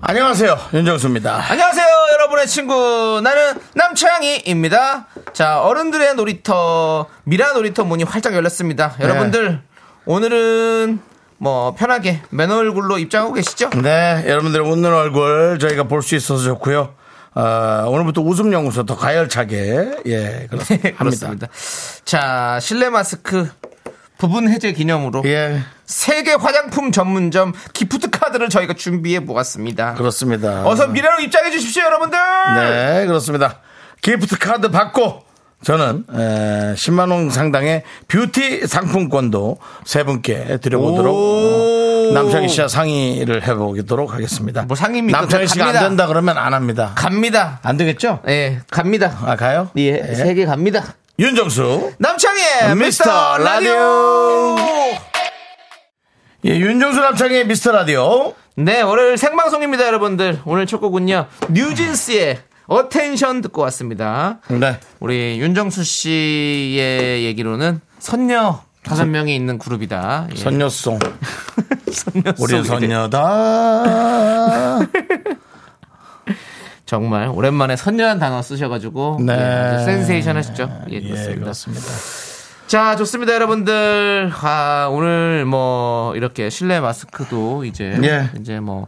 안녕하세요. 윤정수입니다. 안녕하세요, 여러분의 친구. 나는 남창희입니다. 자, 어른들의 놀이터, 미라 놀이터 문이 활짝 열렸습니다. 네. 여러분들, 오늘은 뭐, 편하게 맨 얼굴로 입장하고 계시죠? 네, 여러분들의 웃는 얼굴 저희가 볼 수 있어서 좋고요. 아, 오늘부터 웃음 연구소 더 가열차게 예 그렇습니다. 그렇습니다. 자, 실내 마스크 부분 해제 기념으로 예 세계 화장품 전문점 기프트 카드를 저희가 준비해 보았습니다. 그렇습니다. 어서 미래로 입장해 주십시오, 여러분들! 네 그렇습니다. 기프트 카드 받고 저는 에, 10만 원 상당의 뷰티 상품권도 세 분께 드려보도록 어, 오. 남창희 씨와 상의를 해보도록 하겠습니다. 뭐 상의입니까? 남창희 씨가 갑니다. 안 된다 그러면 안 합니다. 갑니다. 안 되겠죠? 예, 갑니다. 아 가요? 예, 세계 갑니다. 윤정수 아, 남창희의 미스터 라디오. 예, 윤정수 남창의 미스터 라디오. 네, 월요일 생방송입니다, 여러분들. 오늘 첫 곡은요, 뉴진스의 어텐션 듣고 왔습니다. 네. 우리 윤정수 씨의 얘기로는 선녀 다섯 명이 있는 그룹이다. 예. 선녀송. 선녀 우리 속이래. 선녀다. 정말 오랜만에 선녀란 단어 쓰셔가지고 네. 예, 아주 센세이션 하셨죠. 예, 예, 그렇습니다. 그렇습니다. 자, 좋습니다, 여러분들. 아, 오늘 뭐 이렇게 실내 마스크도 이제 예. 이제 뭐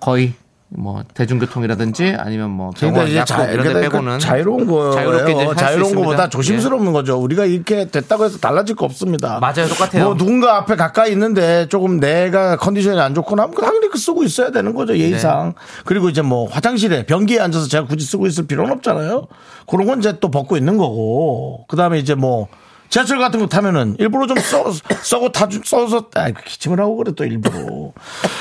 거의 뭐 대중교통이라든지 아니면 뭐 그러니까 병원 이제 약국 자, 이런 데 그러니까 빼고는 자유로운 거예요. 어, 자유롭게 이제 할수 자유로운 있습니다. 예. 거보다 조심스러운 거죠. 우리가 이렇게 됐다고 해서 달라질 거 없습니다. 맞아요, 똑같아요. 뭐 누군가 앞에 가까이 있는데 조금 내가 컨디션이 안 좋거나 하면 당연히 그 쓰고 있어야 되는 거죠 네. 예의상. 그리고 이제 뭐 화장실에 변기에 앉아서 제가 굳이 쓰고 있을 필요는 없잖아요. 그런 건 이제 또 벗고 있는 거고. 그 다음에 이제 뭐 지하철 같은 거 타면은 일부러 좀 써, 써고 타주, 써서, 아, 기침을 하고 그래 또 일부러.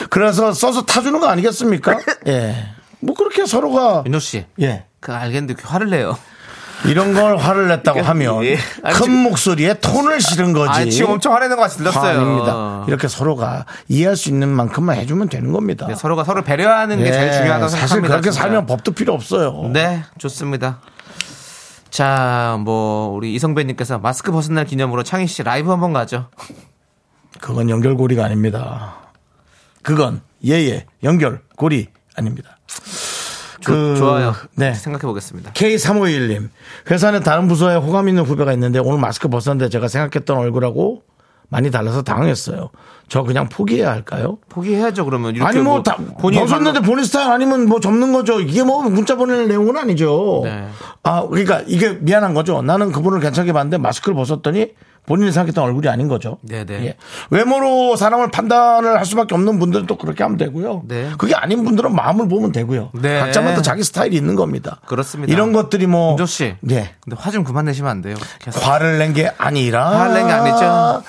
그래서 써서 타주는 거 아니겠습니까? 예. 뭐 그렇게 서로가 윤호 씨. 예. 그 알겠는데 왜 화를 내요. 이런 걸 화를 냈다고 하면 예. 아니, 큰 지금- 목소리에 톤을 실은 거지. 아, 지금 엄청 화내는 것 같이 화 들렸어요. 아닙니다. 이렇게 서로가 이해할 수 있는 만큼만 해주면 되는 겁니다. 네, 서로가 서로 배려하는 게 예, 제일 중요하다고 생각합니다. 사실 그렇게 진짜. 살면 법도 필요 없어요. 네, 좋습니다. 자, 뭐 우리 이성배님께서 마스크 벗은 날 기념으로 창희 씨 라이브 한번 가죠. 그건 연결고리가 아닙니다. 그건 예예 연결고리 아닙니다. 조- 좋아요. 네. 생각해 보겠습니다. K351님 회사 내 다른 부서에 호감 있는 후배가 있는데 오늘 마스크 벗었는데 제가 생각했던 얼굴하고 많이 달라서 당황했어요. 저 그냥 포기해야 할까요? 포기해야죠 그러면 이렇게 아니 뭐 다, 본인 벗었는데 본인 스타일 아니면 뭐 접는 거죠. 이게 뭐 문자 보낼 내용은 아니죠. 네. 아 그러니까 이게 미안한 거죠. 나는 그분을 괜찮게 봤는데 마스크를 벗었더니 본인이 생각했던 얼굴이 아닌 거죠. 네네. 예. 외모로 사람을 판단을 할 수밖에 없는 분들은 또 그렇게 하면 되고요. 네. 그게 아닌 분들은 마음을 보면 되고요. 네. 각자마다 자기 스타일이 있는 겁니다. 그렇습니다. 이런 것들이 뭐 윤조 씨. 예. 근데 화 좀 그만 내시면 안 돼요. 계속. 화를 낸 게 아니라 화를 낸게 아니죠.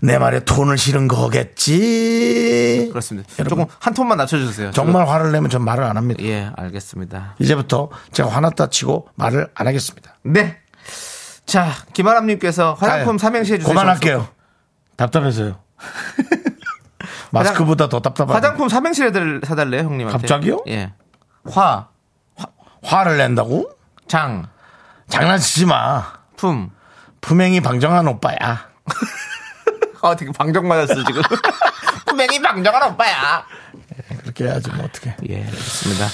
내 말에 톤을 실은 거겠지. 그렇습니다. 여러분. 조금 한 톤만 낮춰주세요. 정말 화를 내면 전 말을 안 합니다. 저도- 예, 알겠습니다. 이제부터 제가 화났다 치고 말을 안 하겠습니다. 네. 자, 김아람님께서 화장품 가요. 삼행시 해주세요. 그만할게요. 답답해서요. 마스크보다 더 답답한. 화장품 삼행시 해달- 사달래요, 형님한테. 갑자기요? 예. 화, 화를 낸다고? 장, 장난치지 마. 품. 품행이 방정한 오빠야. 아, 되게 방정 맞았어 지금. 분명히 방정한 오빠야. 그렇게 해야지 뭐 어떻게. 예, 알겠습니다.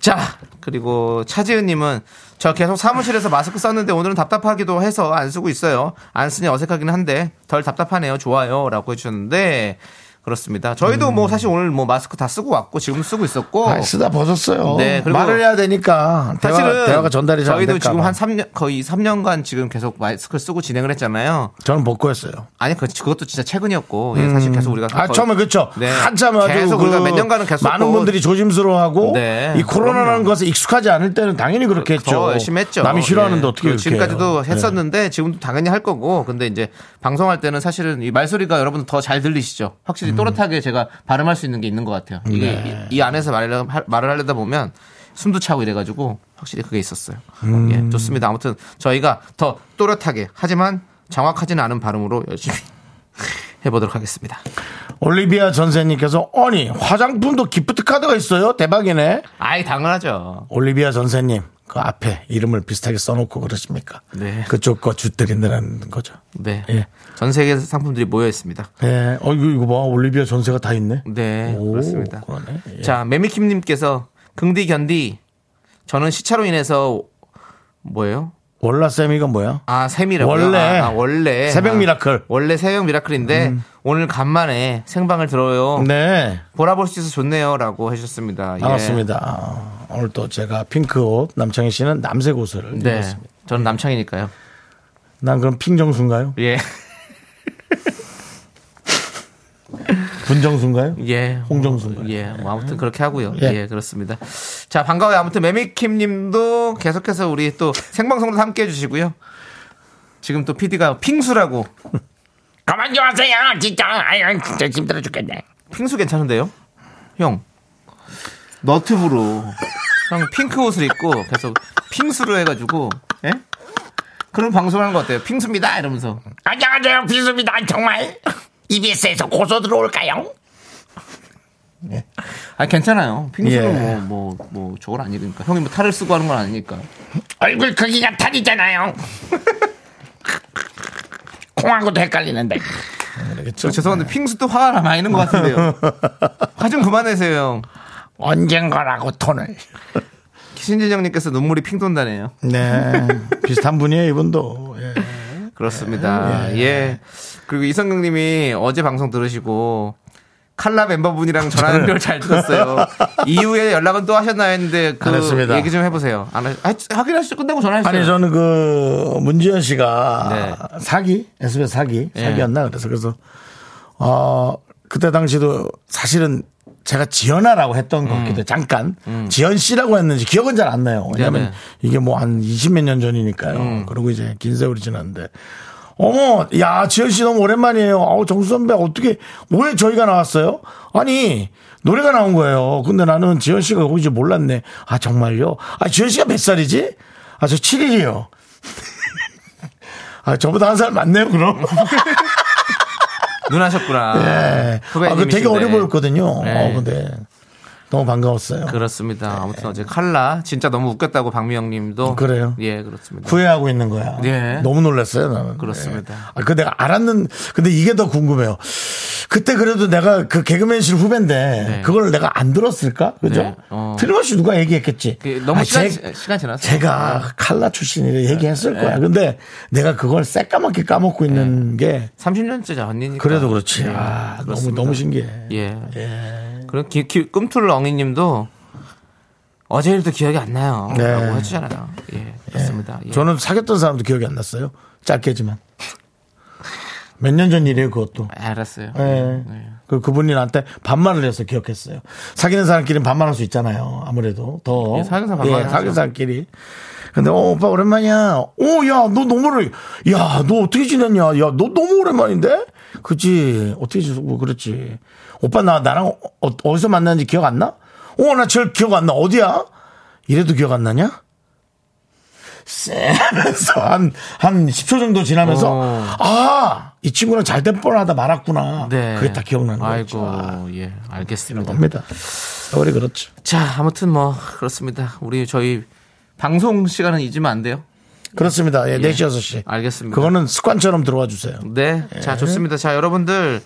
자, 그리고 차지은님은 저 계속 사무실에서 마스크 썼는데 오늘은 답답하기도 해서 안 쓰고 있어요. 안 쓰니 어색하긴 한데 덜 답답하네요. 좋아요라고 해주셨는데 그렇습니다. 저희도 뭐 사실 오늘 뭐 마스크 다 쓰고 왔고 지금 쓰고 있었고 음. 아, 쓰다 벗었어요. 어. 네, 그리고 말을 해야 되니까 대화, 사실은 대화가 전달이 잘안 저희도 될까 지금 봐. 한 3년 거의 3년간 지금 계속 마스크를 쓰고 진행을 했잖아요. 저는 벗고 했어요. 아니 그- 그것도 진짜 최근이었고 예, 사실 계속 우리가 아 거의- 처음에 그렇죠. 네. 한참 아주 계속 그 우리가 몇 년간은 계속 많은 했고. 분들이 조심스러워하고 네, 이 그럼요. 코로나라는 것에 익숙하지 않을 때는 당연히 그렇게 했죠. 더 열심히 했죠. 남이 싫어하는데 예. 어떻게 그 이렇게 해요. 지금까지도 네. 했었는데 음. 지금도 당연히 할 거고 근데 이제 방송할 때는 사실은 이 말소리가 여러분 더 잘 들리시죠. 확실히 또렷하게 제가 발음할 수 있는 게 있는 것 같아요. 이게 네. 이, 이 안에서 말을, 하- 말을 하려다 보면 숨도 차고 이래가지고 확실히 그게 있었어요. 음. 예, 좋습니다. 아무튼 저희가 더 또렷하게 하지만 정확하지는 않은 발음으로 열심히 해보도록 하겠습니다. 올리비아 전세님께서 아니 화장품도 기프트 카드가 있어요 대박이네 아이 당연하죠. 올리비아 전세님 그 앞에 이름을 비슷하게 써놓고 그러십니까 네. 그쪽 거 주드린다는 거죠 네. 예. 전 세계 상품들이 모여 있습니다. 예. 어, 이거, 이거 봐. 올리비아 전세가 다 있네. 네, 오, 그렇습니다. 그러네. 예. 자, 매미킴님께서 긍디 견디 저는 시차로 인해서 뭐예요? 월라쌤이가 뭐야? 아 셈이라고요? 원래. 아, 아, 원래 새벽 미라클. 음. 아, 원래 새벽 미라클인데 오늘 간만에 생방을 들어요. 네. 보라볼 수 있어서 좋네요라고 해주셨습니다. 예. 반갑습니다. 아, 오늘 또 제가 핑크 옷, 남창희 씨는 남색 옷을. 네, 입었습니다. 저는 남창이니까요. 난 그럼 핑정수인가요? 예, 분정수인가요? 예, 홍정수인가요? 예, 뭐 아무튼 그렇게 하고요. 예. 예, 그렇습니다. 자, 반가워요. 아무튼 매미킴님도 계속해서 우리 또 생방송도 함께 해주시고요. 지금 또 PD가 핑수라고 가만 좀 하세요, 진짜. 아유, 진짜 힘들어 죽겠네. 핑수 괜찮은데요? 형 너튜브로 형 핑크 옷을 입고 계속 핑수로 해가지고 예? 그런 방송하는 거 어때요? 핑수입니다 이러면서 안녕하세요, 비수입니다. 정말. EBS에서 고소 들어올까요? 아 괜찮아요 예. 핑수는 뭐 뭐 뭐 저걸 아니니까 형이 뭐 탈을 쓰고 하는 건 아니니까 얼굴 크기가 탈이잖아요. 콩하고도 헷갈리는데. 아, 그렇죠. 저 죄송한데 핑수 또 화가 많이 있는 것 같은데요 화 좀 그만내세요 형 언젠가라고 톤을. 신진영님께서 눈물이 핑 돈다네요 네. 비슷한 분이에요, 이분도. 예. 그렇습니다. 예. 그리고 이성경 님이 어제 방송 들으시고 칼라 멤버분이랑 전화 연결 잘 들었어요. 이후에 연락은 또 하셨나요? 했는데 그 안 했습니다. 얘기 좀 해보세요. 안 하, 아, 하긴 하시죠. 끝나고 전화했어요. 아니, 저는 그, 문지연 씨가 네. 예. 사기? SBS 사기? 사기였나? 그래서, 그래서, 어, 그때 당시도 사실은 제가 지연아라고 했던 음. 것 같기도 해요. 잠깐. 지연 씨라고 했는지 기억은 잘 안 나요. 왜냐면 네네. 음. 이게 뭐 한 20몇 년 전이니까요. 그리고 이제 긴 세월이 지났는데. 어머, 야, 지현 씨 너무 오랜만이에요. 아우, 정수 선배, 어떻게, 왜 저희가 나왔어요? 아니, 노래가 나온 거예요. 근데 나는 지현 씨가 거기지 몰랐네. 아, 정말요? 아, 지현 씨가 몇 살이지? 아, 저 7일이요. 아, 저보다 한 살 많네요, 그럼. 눈 하셨구나. 네. 아, 그 후배님이신데. 되게 어려 보였거든요. 네. 어, 근데 너무 반가웠어요. 그렇습니다. 아무튼 어제 칼라 진짜 너무 웃겼다고 박미영 님도 네. 그래요? 예, 그렇습니다. 후회하고 있는 거야. 네. 너무 놀랐어요, 나는. 그렇습니다. 네. 아, 근데 알았는, 근데 이게 더 궁금해요. 그때 그래도 내가 그 개그맨실 후배인데 그걸 내가 안 들었을까? 그죠? 네. 어. 틀림없이 누가 얘기했겠지. 그 너무 아, 시간 제- 시간 지났어요. 네. 제가 칼라 출신이라 얘기했을 거야. 근데 내가 그걸 새까맣게 까먹고 네. 있는 게 30년째 전이니까. 네. 그래도 그렇지. 아, 너무, 너무 신기해. 예. 그리고 기, 기, 꿈틀 엉이님도 어제 일도 기억이 안 나요. 네. 라고 해주잖아요. 예, 그렇습니다. 예. 저는 사귀었던 사람도 기억이 안 났어요. 짧게지만. 몇 년 전 일이에요, 그것도. 아, 알았어요. 예. 예. 그, 그분이 나한테 반말을 해서 기억했어요. 사귀는 사람끼리는 반말할 수 있잖아요. 아무래도. 더. 예, 사귀는 사람 반말을 사귀는 하죠. 사람끼리. 근데, 어, 오빠 오랜만이야. 오, 야, 너 너무 오래, 야, 너 어떻게 지냈냐. 야, 너 너무 오랜만인데? 그치. 어떻게 지냈어? 뭐, 그렇지. 오빠 나, 나랑 어, 어디서 만났는지 기억 안 나? 어, 나 제일 기억 안 나. 어디야? 이래도 기억 안 나냐? 쎄면서 한, 한 10초 정도 지나면서, 어. 아, 이 친구랑 잘 될 뻔하다 말았구나. 네. 그게 다 기억나는 아이고, 거죠. 아, 예, 이런 알겠습니다. 겁니다. 세월이 그렇죠. 자, 아무튼 뭐, 그렇습니다. 우리 저희 방송 시간은 잊으면 안 돼요. 그렇습니다. 예, 4시, 6시. 알겠습니다. 그거는 습관처럼 들어와 주세요. 예. 네. 자, 좋습니다. 자, 여러분들,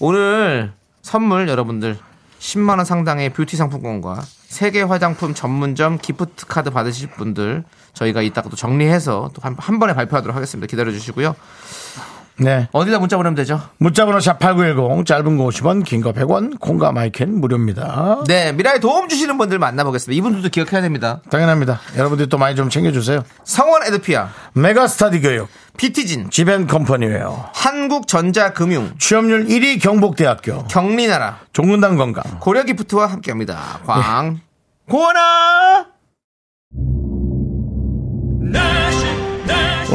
오늘 선물 여러분들 10만원 상당의 뷰티 상품권과 세계 화장품 전문점 기프트 카드 받으실 분들 저희가 이따가 또 정리해서 또 한 번에 발표하도록 하겠습니다. 기다려 주시고요. 네. 어디다 문자 보내면 되죠? 문자번호 샵8910, 짧은 거 50원, 긴 거 100원, 콩과 마이캔 무료입니다. 네, 미라에 도움 주시는 분들 만나보겠습니다. 이분들도 기억해야 됩니다. 당연합니다. 여러분들이 또 많이 좀 챙겨주세요. 성원 에드피아, 메가스타디 교육, 비티진, 지벤 컴퍼니웨어, 한국전자금융, 취업률 1위 경북대학교, 경리나라, 종근당 건강. 고려기프트와 함께합니다. 광 네. 고원아. 내식 내식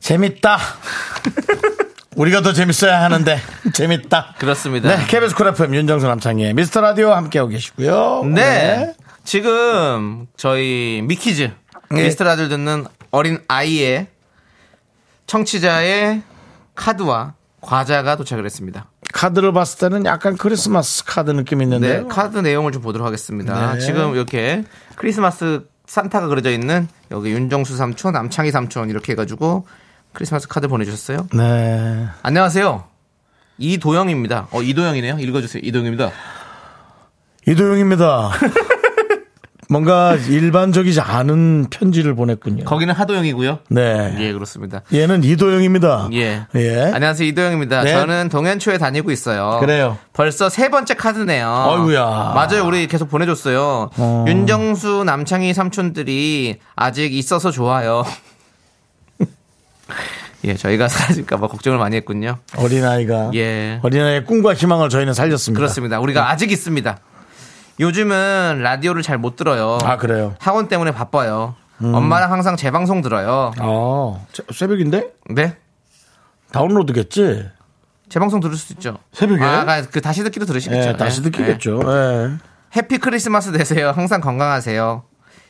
재밌다. 우리가 더 재밌어야 하는데, 재밌다. 그렇습니다. 네, KBS 쿨 FM 윤정수 남창희의 미스터 라디오 함께하고 계시고요. 네. 지금 저희 미키즈 예. 미스터라디오 듣는 어린 아이의 청취자의 카드와 과자가 도착을 했습니다. 카드를 봤을 때는 약간 크리스마스 카드 느낌이 네, 있는데. 카드 내용을 좀 보도록 하겠습니다. 네. 지금 이렇게 크리스마스 산타가 그려져 있는 여기 윤정수 삼촌, 남창희 삼촌 이렇게 해가지고 크리스마스 카드 보내주셨어요. 네. 안녕하세요. 이도영입니다. 어, 이도영이네요. 읽어주세요. 이도영입니다. 이도영입니다. 뭔가 일반적이지 않은 편지를 보냈군요. 거기는 하도영이고요. 네. 예, 그렇습니다. 얘는 이도영입니다. 예. 예. 안녕하세요. 이도영입니다. 네. 저는 동현초에 다니고 있어요. 그래요. 벌써 세 번째 카드네요. 어이구야. 맞아요. 우리 계속 보내줬어요. 어. 윤정수, 남창희 삼촌들이 아직 있어서 좋아요. 예, 저희가 사라질까봐 걱정을 많이 했군요. 어린아이가. 예. 어린아이의 꿈과 희망을 저희는 살렸습니다. 네. 그렇습니다. 우리가 아직 있습니다. 요즘은 라디오를 잘 못 들어요. 아, 그래요? 음. 학원 때문에 바빠요. 엄마랑 항상 재방송 들어요. 아, 새- 새벽인데? 네? 다운로드겠지? 재방송 들을 수 있죠. 새벽에? 아, 그 다시 듣기도 예, 들으시겠죠. 다시 예. 듣기겠죠. 예. 해피 크리스마스 되세요. 항상 건강하세요.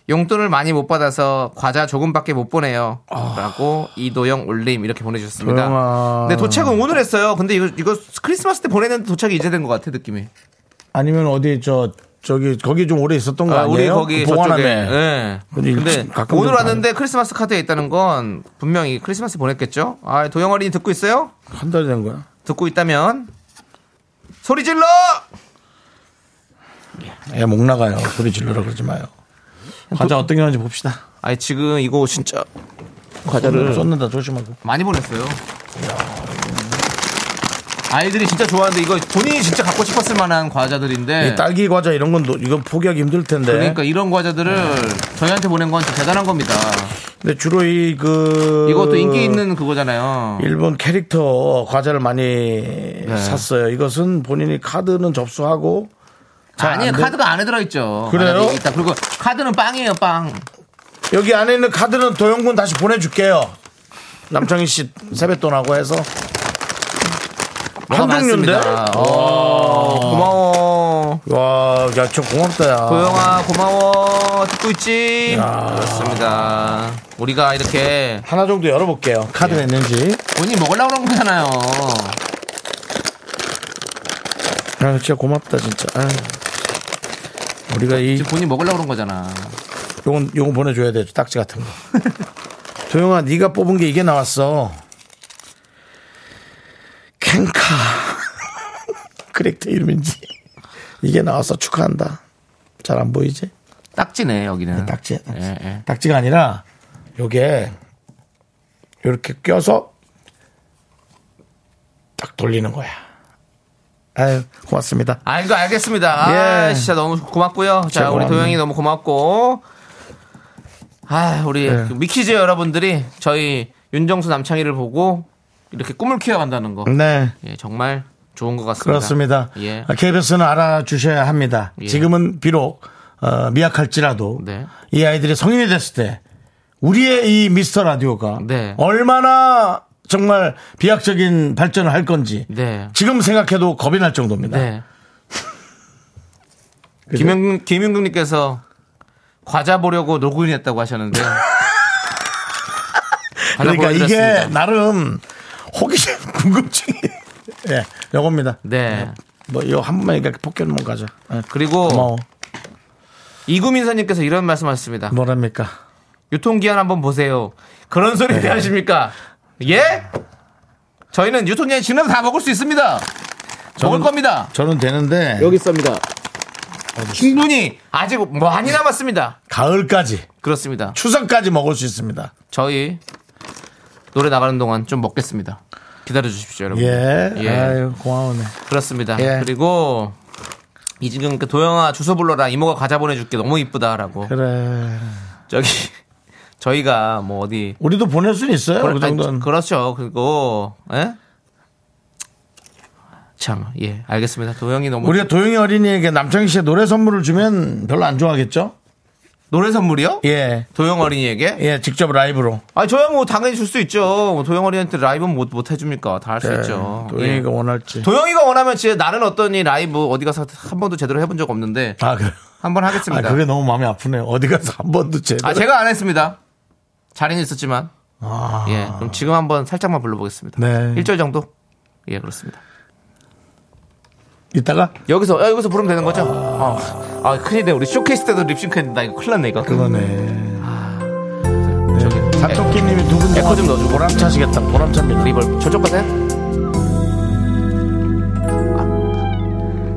용돈을 많이 못 받아서 과자 조금밖에 못 보내요. 아. 라고 이도영 올림 이렇게 보내주셨습니다. 도영아. 네, 도착은 오늘 했어요. 근데 이거, 이거 크리스마스 때 보내는데 도착이 이제 된 것 같아, 느낌이. 아니면 어디, 저, 저기, 거기 좀 오래 있었던 거 아, 아, 니에요 우리 거기 보관함에. 저쪽에. 예. 근데 근데 일찍 가끔 오늘 좀 왔는데 크리스마스 카드에 있다는 건 분명히 크리스마스 보냈겠죠? 아, 도영 어린이 듣고 있어요? 한 달이 된 거야? 듣고 있다면 소리 질러! 애 목 나가요. 소리 질러라 그러지 마요. 과자 어떤 게 하는지 봅시다. 아니, 지금 이거 진짜 과자를 쏟는다 조심하고. 많이 보냈어요. 음. 아이들이 진짜 좋아하는데 이거 본인이 진짜 갖고 싶었을 만한 과자들인데 이 딸기 과자 이런 건 노- 이건 포기하기 힘들 네. 텐데. 네. 그러니까 이런 과자들을 저희한테 보낸 건 진짜 대단한 겁니다. 근데 주로 이 그 이것도 인기 있는 그거잖아요. 일본 캐릭터 과자를 많이 네. 샀어요. 이것은 본인이 카드는 접수하고 잘안 아니 돼. 카드가 안에 들어있죠. 그래요? 안에 있다. 그리고 카드는 빵이에요 빵. 여기 안에 있는 카드는 도영군 다시 보내줄게요. 남창희 씨 세뱃돈하고 해서 뭐가 한국류인데? 많습니다. 오, 아, 어. 고마워. 와, 야, 저 고맙다, 야. 도영아 고마워. 듣고 있지? 그렇습니다. 우리가 이렇게 하나 정도 열어볼게요. 카드가 예. 있는지. 본인이 먹으려고 그런 거잖아요. 아, 진짜 고맙다, 진짜. 아유. 우리가 이 지금 본인이 먹으려고 그런 거잖아. 요건 요건 보내줘야 돼 딱지 같은 거. 도영아 네가 뽑은 게 이게 나왔어. 캔카 크랙터 이름인지 이게 나와서 축하한다. 잘 안 보이지? 딱지네 여기는. 딱지야 딱지. 예, 예. 딱지가 아니라 요게 요렇게 껴서 딱 돌리는 거야. 아유 고맙습니다. 아 이거 알겠습니다. 아 예. 진짜 너무 고맙고요. 진짜 자 우리 고맙네. 도영이 너무 고맙고 아 우리 네. 그 미키즈 여러분들이 저희 윤정수 남창희를 보고 이렇게 꿈을 키워간다는 거 네. 예, 정말 좋은 것 같습니다. 그렇습니다. 예. KBS는 알아주셔야 합니다. 예. 지금은 비록 어, 미약할지라도 네. 이 아이들이 성인이 됐을 때 우리의 이 미스터 라디오가 네. 얼마나 정말 비약적인 발전을 할 건지 네. 지금 생각해도 겁이 날 정도입니다. 네. 김윤 김윤국님께서 과자 보려고 로그인했다고 하셨는데. 과자 그러니까 이게 보여드렸습니다. 나름 호기심, 궁금증이 예, 요겁니다. 네. 뭐 요 한 번만 이렇게 포켓몬 가자. 예, 그리고 고마워. 이구민서님께서 이런 말씀하셨습니다. 뭐랍니까? 네. 유통기한 한번 보세요. 그런 소리 왜 하십니까? 예? 저희는 유통기한 지나면 다 먹을 수 있습니다. 먹을 겁니다. 저는 되는데 있습니다. 충분히 아직 뭐 많이 남았습니다. 가을까지 그렇습니다. 추석까지 먹을 수 있습니다. 저희 노래 나가는 동안 좀 먹겠습니다. 기다려 주십시오, 여러분. 예. 예. 아유, 고마우네. 그렇습니다. 예. 그리고 이지금 그 도영아 주소 불러라 이모가 과자 보내줄게 너무 이쁘다라고 그래. 저기 저희가 뭐 어디 우리도 보낼 수는 있어요. 그러- 그 정도는. 아니, 그렇죠. 그리고 예? 참, 예, 알겠습니다. 도영이 너무 우리가 도영이 어린이에게 남창희 씨의 노래 선물을 주면 별로 안 좋아하겠죠? 노래 선물이요? 예. 도영 어린이에게? 예, 직접 라이브로. 아, 저야 뭐 당연히 줄 수 있죠. 뭐 도영 어린이한테 라이브는 못, 못 해줍니까? 다 할 수 예, 있죠. 도영이가 예. 원할지. 아, 도영이가 원하면 진짜 나는 어떠니 라이브 어디 가서 한 번도 제대로 해본 적 없는데 아, 그래. 한 번 아, 하겠습니다. 그게 너무 마음이 아프네요. 어디 가서 한 번도 제대로. 아, 제가 안 했습니다. 자리는 있었지만. 아, 예. 그럼 지금 한번 살짝만 불러보겠습니다. 네. 1절 정도? 예, 그렇습니다. 이따가? 여기서, 아, 여기서 부르면 되는 거죠? 어. 아, 큰일이네. 우리 쇼케이스 때도 립싱크 했는데, 나 이거 큰일 났네, 이거. 아. 그거네. 저기, 사토끼님이 두분 에코 좀 넣어주고. 보람차시겠다. 보람차입니다. 리벌. 저쪽 가세요.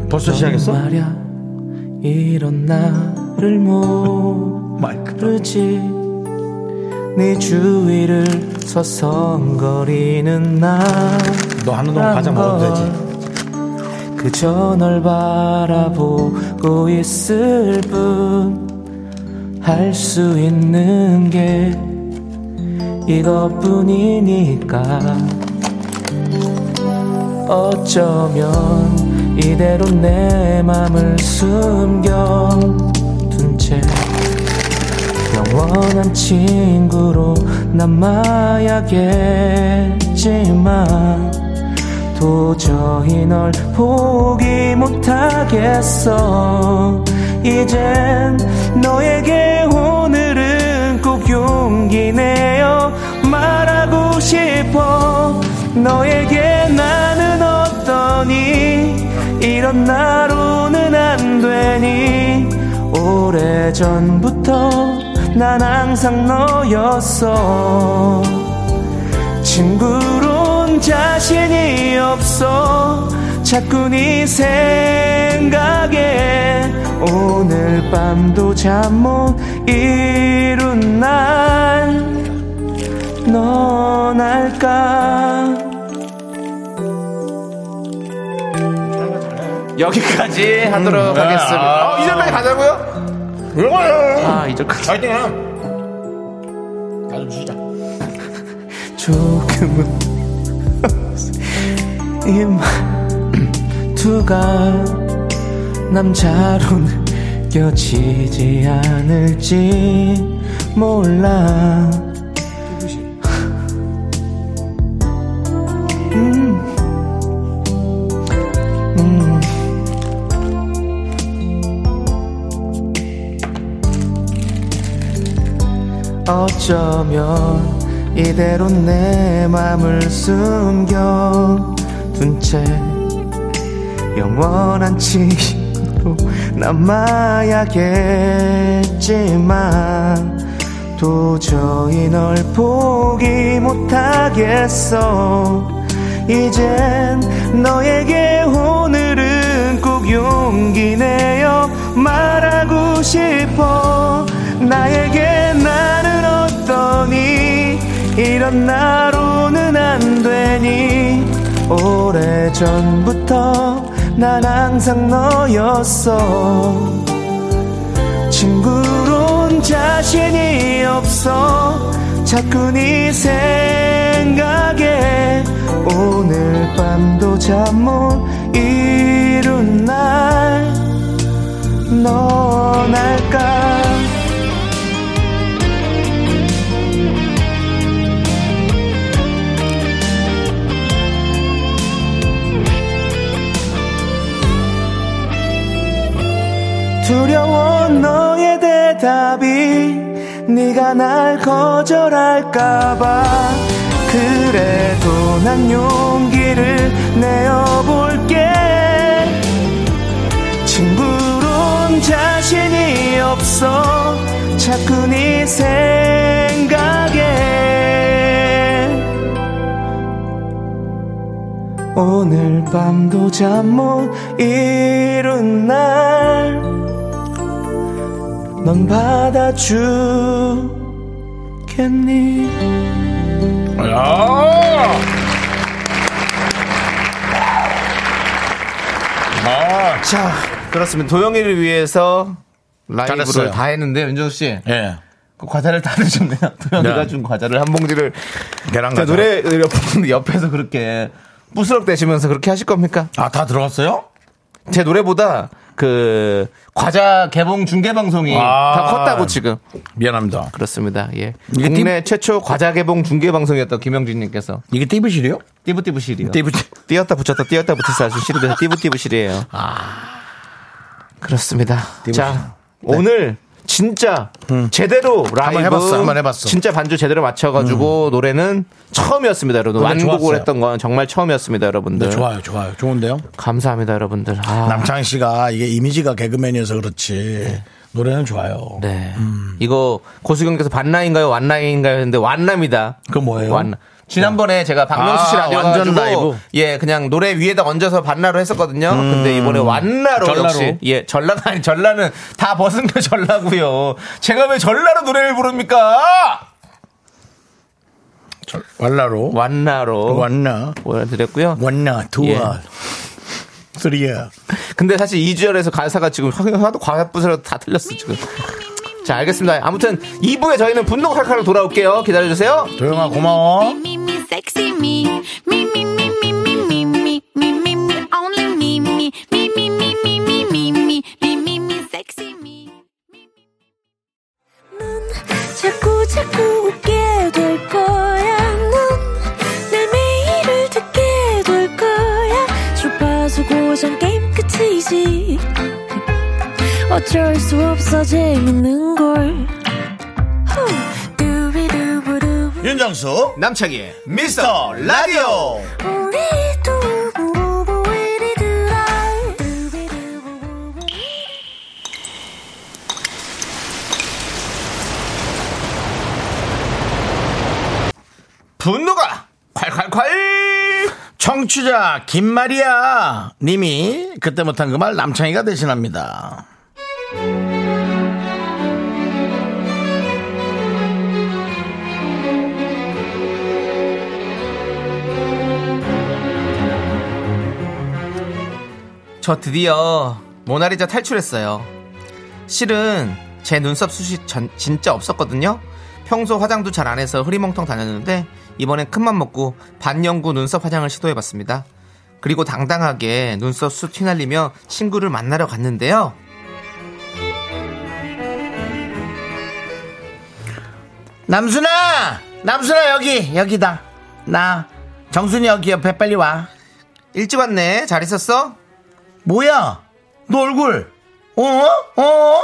벌써 시작했어? 말야, 이런 나를 마이크. 모르지. 네 주위를 서성거리는 나. 너 하는 동안 과자 먹어도 되지. 그저 널 바라보고 있을 뿐 할 수 있는 게 이것뿐이니까 어쩌면 이대로 내 맘을 숨겨 둔 채 영원한 친구로 남아야겠지만 도저히 널 포기 못하겠어 이젠 너에게 오늘은 꼭 용기 내어 말하고 싶어 너에게 나는 어떠니 이런 나로는 안 되니 오래전부터 난 항상 너였어 친구론 자신이 없어 자꾸 네 생각에 오늘 밤도 잠 못 이룬 날 넌알까 여기까지 하도록 음. 아, 하겠습니다. 어, 2절까지 가자고요? 아, 2절까지. 조금은 이말투가 남자로는 껴지지 않을지 몰라 음. 음. 어쩌면 이대로 내 맘을 숨겨 둔 채 영원한 친구로 남아야겠지만 도저히 널 포기 못하겠어 이젠 너에게 오늘은 꼭 용기 내어 말하고 싶어 나에게 나는 어떠니 이런 나로는 안 되니 오래전부터 난 항상 너였어 친구론 자신이 없어 자꾸 네 생각에 오늘 밤도 잠 못 이룬 날넌 알까 두려워 너의 대답이 네가 날 거절할까봐 그래도 난 용기를 내어볼게 친구론 자신이 없어 자꾸 네 생각에 오늘 밤도 잠 못 이룬 날넌넌 받아주겠니 야! 아, 자, 그렇습니다. 도영이를 위해서 라이브를 잘했어요. 다 했는데 윤정수 씨 예. 그 과자를 다 드셨네요. 도영이가 네. 준 과자를 한 봉지를 계란 자, 과자. 노래 노래 부르는데 옆에서 그렇게 부스럭대시면서 그렇게 하실 겁니까? 아, 다 들어갔어요? 제 노래보다 그 과자 개봉 중계 방송이 아. 다 컸다고 지금 미안합니다. 그렇습니다. 예. 이게 국내 최초 과자 개봉 중계 방송이었던 김영진님께서 이게 띠부실이요? 띠부띠부실이요. 띠부실. 띄었다 붙였다 띄었다 붙였어 아주 실에서 띠부띠부실이에요. 아 그렇습니다. 자 오늘 진짜 제대로 라이브 해봤어, 음. 한번 해봤어. 진짜 반주 제대로 맞춰가지고 노래는 처음이었습니다, 여러분. 노래 완곡을 좋았어요. 했던 건 정말 처음이었습니다, 여러분들. 네, 좋아요, 좋아요. 좋은데요? 감사합니다, 여러분들. 아, 남창희 씨가 이게 이미지가 개그맨이어서 그렇지. 노래는 좋아요. 네. 음. 이거 고수경께서 반라인가요, 완라인가요 했는데 완남이다. 그거 뭐예요? 완- 지난번에 제가 박명수 씨 아, 라디오 완전 가지고 라이브. 음. 예 그냥 노래 위에다 얹어서 반나로 했었거든요. 근데 이번에 완나로 전라로. 역시 예 전라가 아니 전라는 다 벗은 게 전라고요. 제가 왜 전라로 노래를 부릅니까? 저- 완라로. 완나로 완나. 보여드렸고요. 예. 완나, 두아. 쓰리야. 근데 사실 이주열에서 가사가 지금 하도 과학부서로 다 틀렸어 지금. 자 알겠습니다. 아무튼 2부에 저희는 분노 칼칼로 돌아올게요. 기다려주세요. 도영아, 고마워. Me, me, sexy me. Me, me, me, me, me, me, me, me, me, me, only me, me, me, me, me, me, me, me, me, me, me, me, sexy me. 자꾸 자꾸 웃게 될 거야. 넌내 매일을 듣게 될 거야. 주파수 고정 게임 끝이지. 어쩔 수 없어 재밌는 걸. 후. 두비두부두부. 윤정수. 남창희의 미스터 라디오 우리 두부부부 우리 두라. 두비두부부부. 분노가 콸콸콸 청취자 김마리아 님이 그때 못한 그 말 남창희가 대신합니다. 저 드디어 모나리자 탈출했어요. 실은 제 눈썹 숱이 전- 진짜 없었거든요. 평소 화장도 잘 안 해서 흐리멍텅 다녔는데 이번엔 큰맘 먹고 반영구 눈썹 화장을 시도해봤습니다. 그리고 당당하게 눈썹 숱 휘날리며 친구를 만나러 갔는데요. 남순아! 남순아, 예, 여기, 여기다. 나. 정순이 여기 옆에 빨리 와. 일찍 왔네. 잘 있었어? 뭐야? 너 얼굴. 어? 어?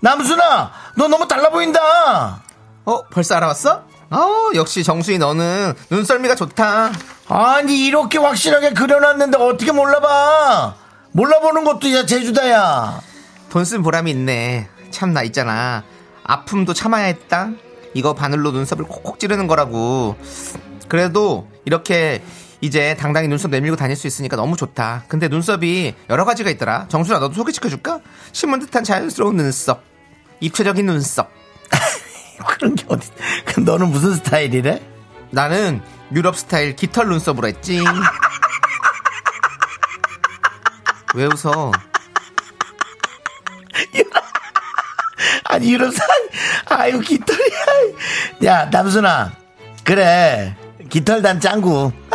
남순아, 너 너무 달라 보인다. 어? 벌써 알아왔어? 어 역시 정수이 너는 눈썰미가 좋다. 아니, 이렇게 확실하게 그려놨는데 어떻게 몰라봐. 몰라보는 것도 야, 제주다야. 돈 쓴 보람이 있네. 참 나 있잖아. 아픔도 참아야 했다. 이거 바늘로 눈썹을 콕콕 찌르는 거라고. 그래도 이렇게 이제 당당히 눈썹 내밀고 다닐 수 있으니까 너무 좋다. 근데 눈썹이 여러 가지가 있더라. 정수야 너도 소개시켜줄까? 신문 듯한 자연스러운 눈썹, 입체적인 눈썹. 그런 게 어디, 너는 무슨 스타일이래? 나는 유럽 스타일 깃털 눈썹으로 했지. 왜 웃어? 아니, 이런 사 아유, 깃털이야. 야, 남순아. 그래. 깃털 단 짱구.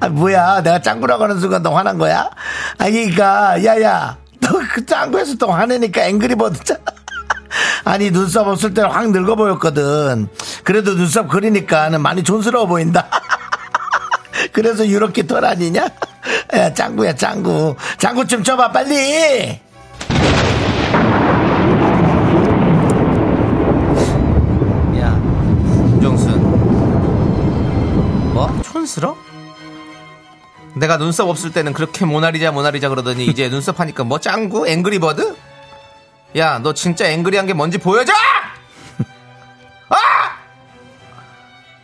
아, 뭐야. 내가 짱구라고 하는 순간 너 화난 거야? 아, 그니까, 야, 야. 너 그 짱구에서 또 화내니까 앵그리버드 잖아. 아니, 눈썹 없을 때는 확 늙어 보였거든. 그래도 눈썹 그리니까는 많이 촌스러워 보인다. 그래서 유럽 깃털 아니냐? 야, 짱구야, 짱구. 짱구 좀 쳐봐, 빨리! 야, 윤정순. 뭐? 촌스러? 내가 눈썹 없을 때는 그렇게 모나리자 모나리자 그러더니 이제 눈썹 하니까 뭐 짱구? 앵그리버드? 야, 너 진짜 앵그리한 게 뭔지 보여줘! 아!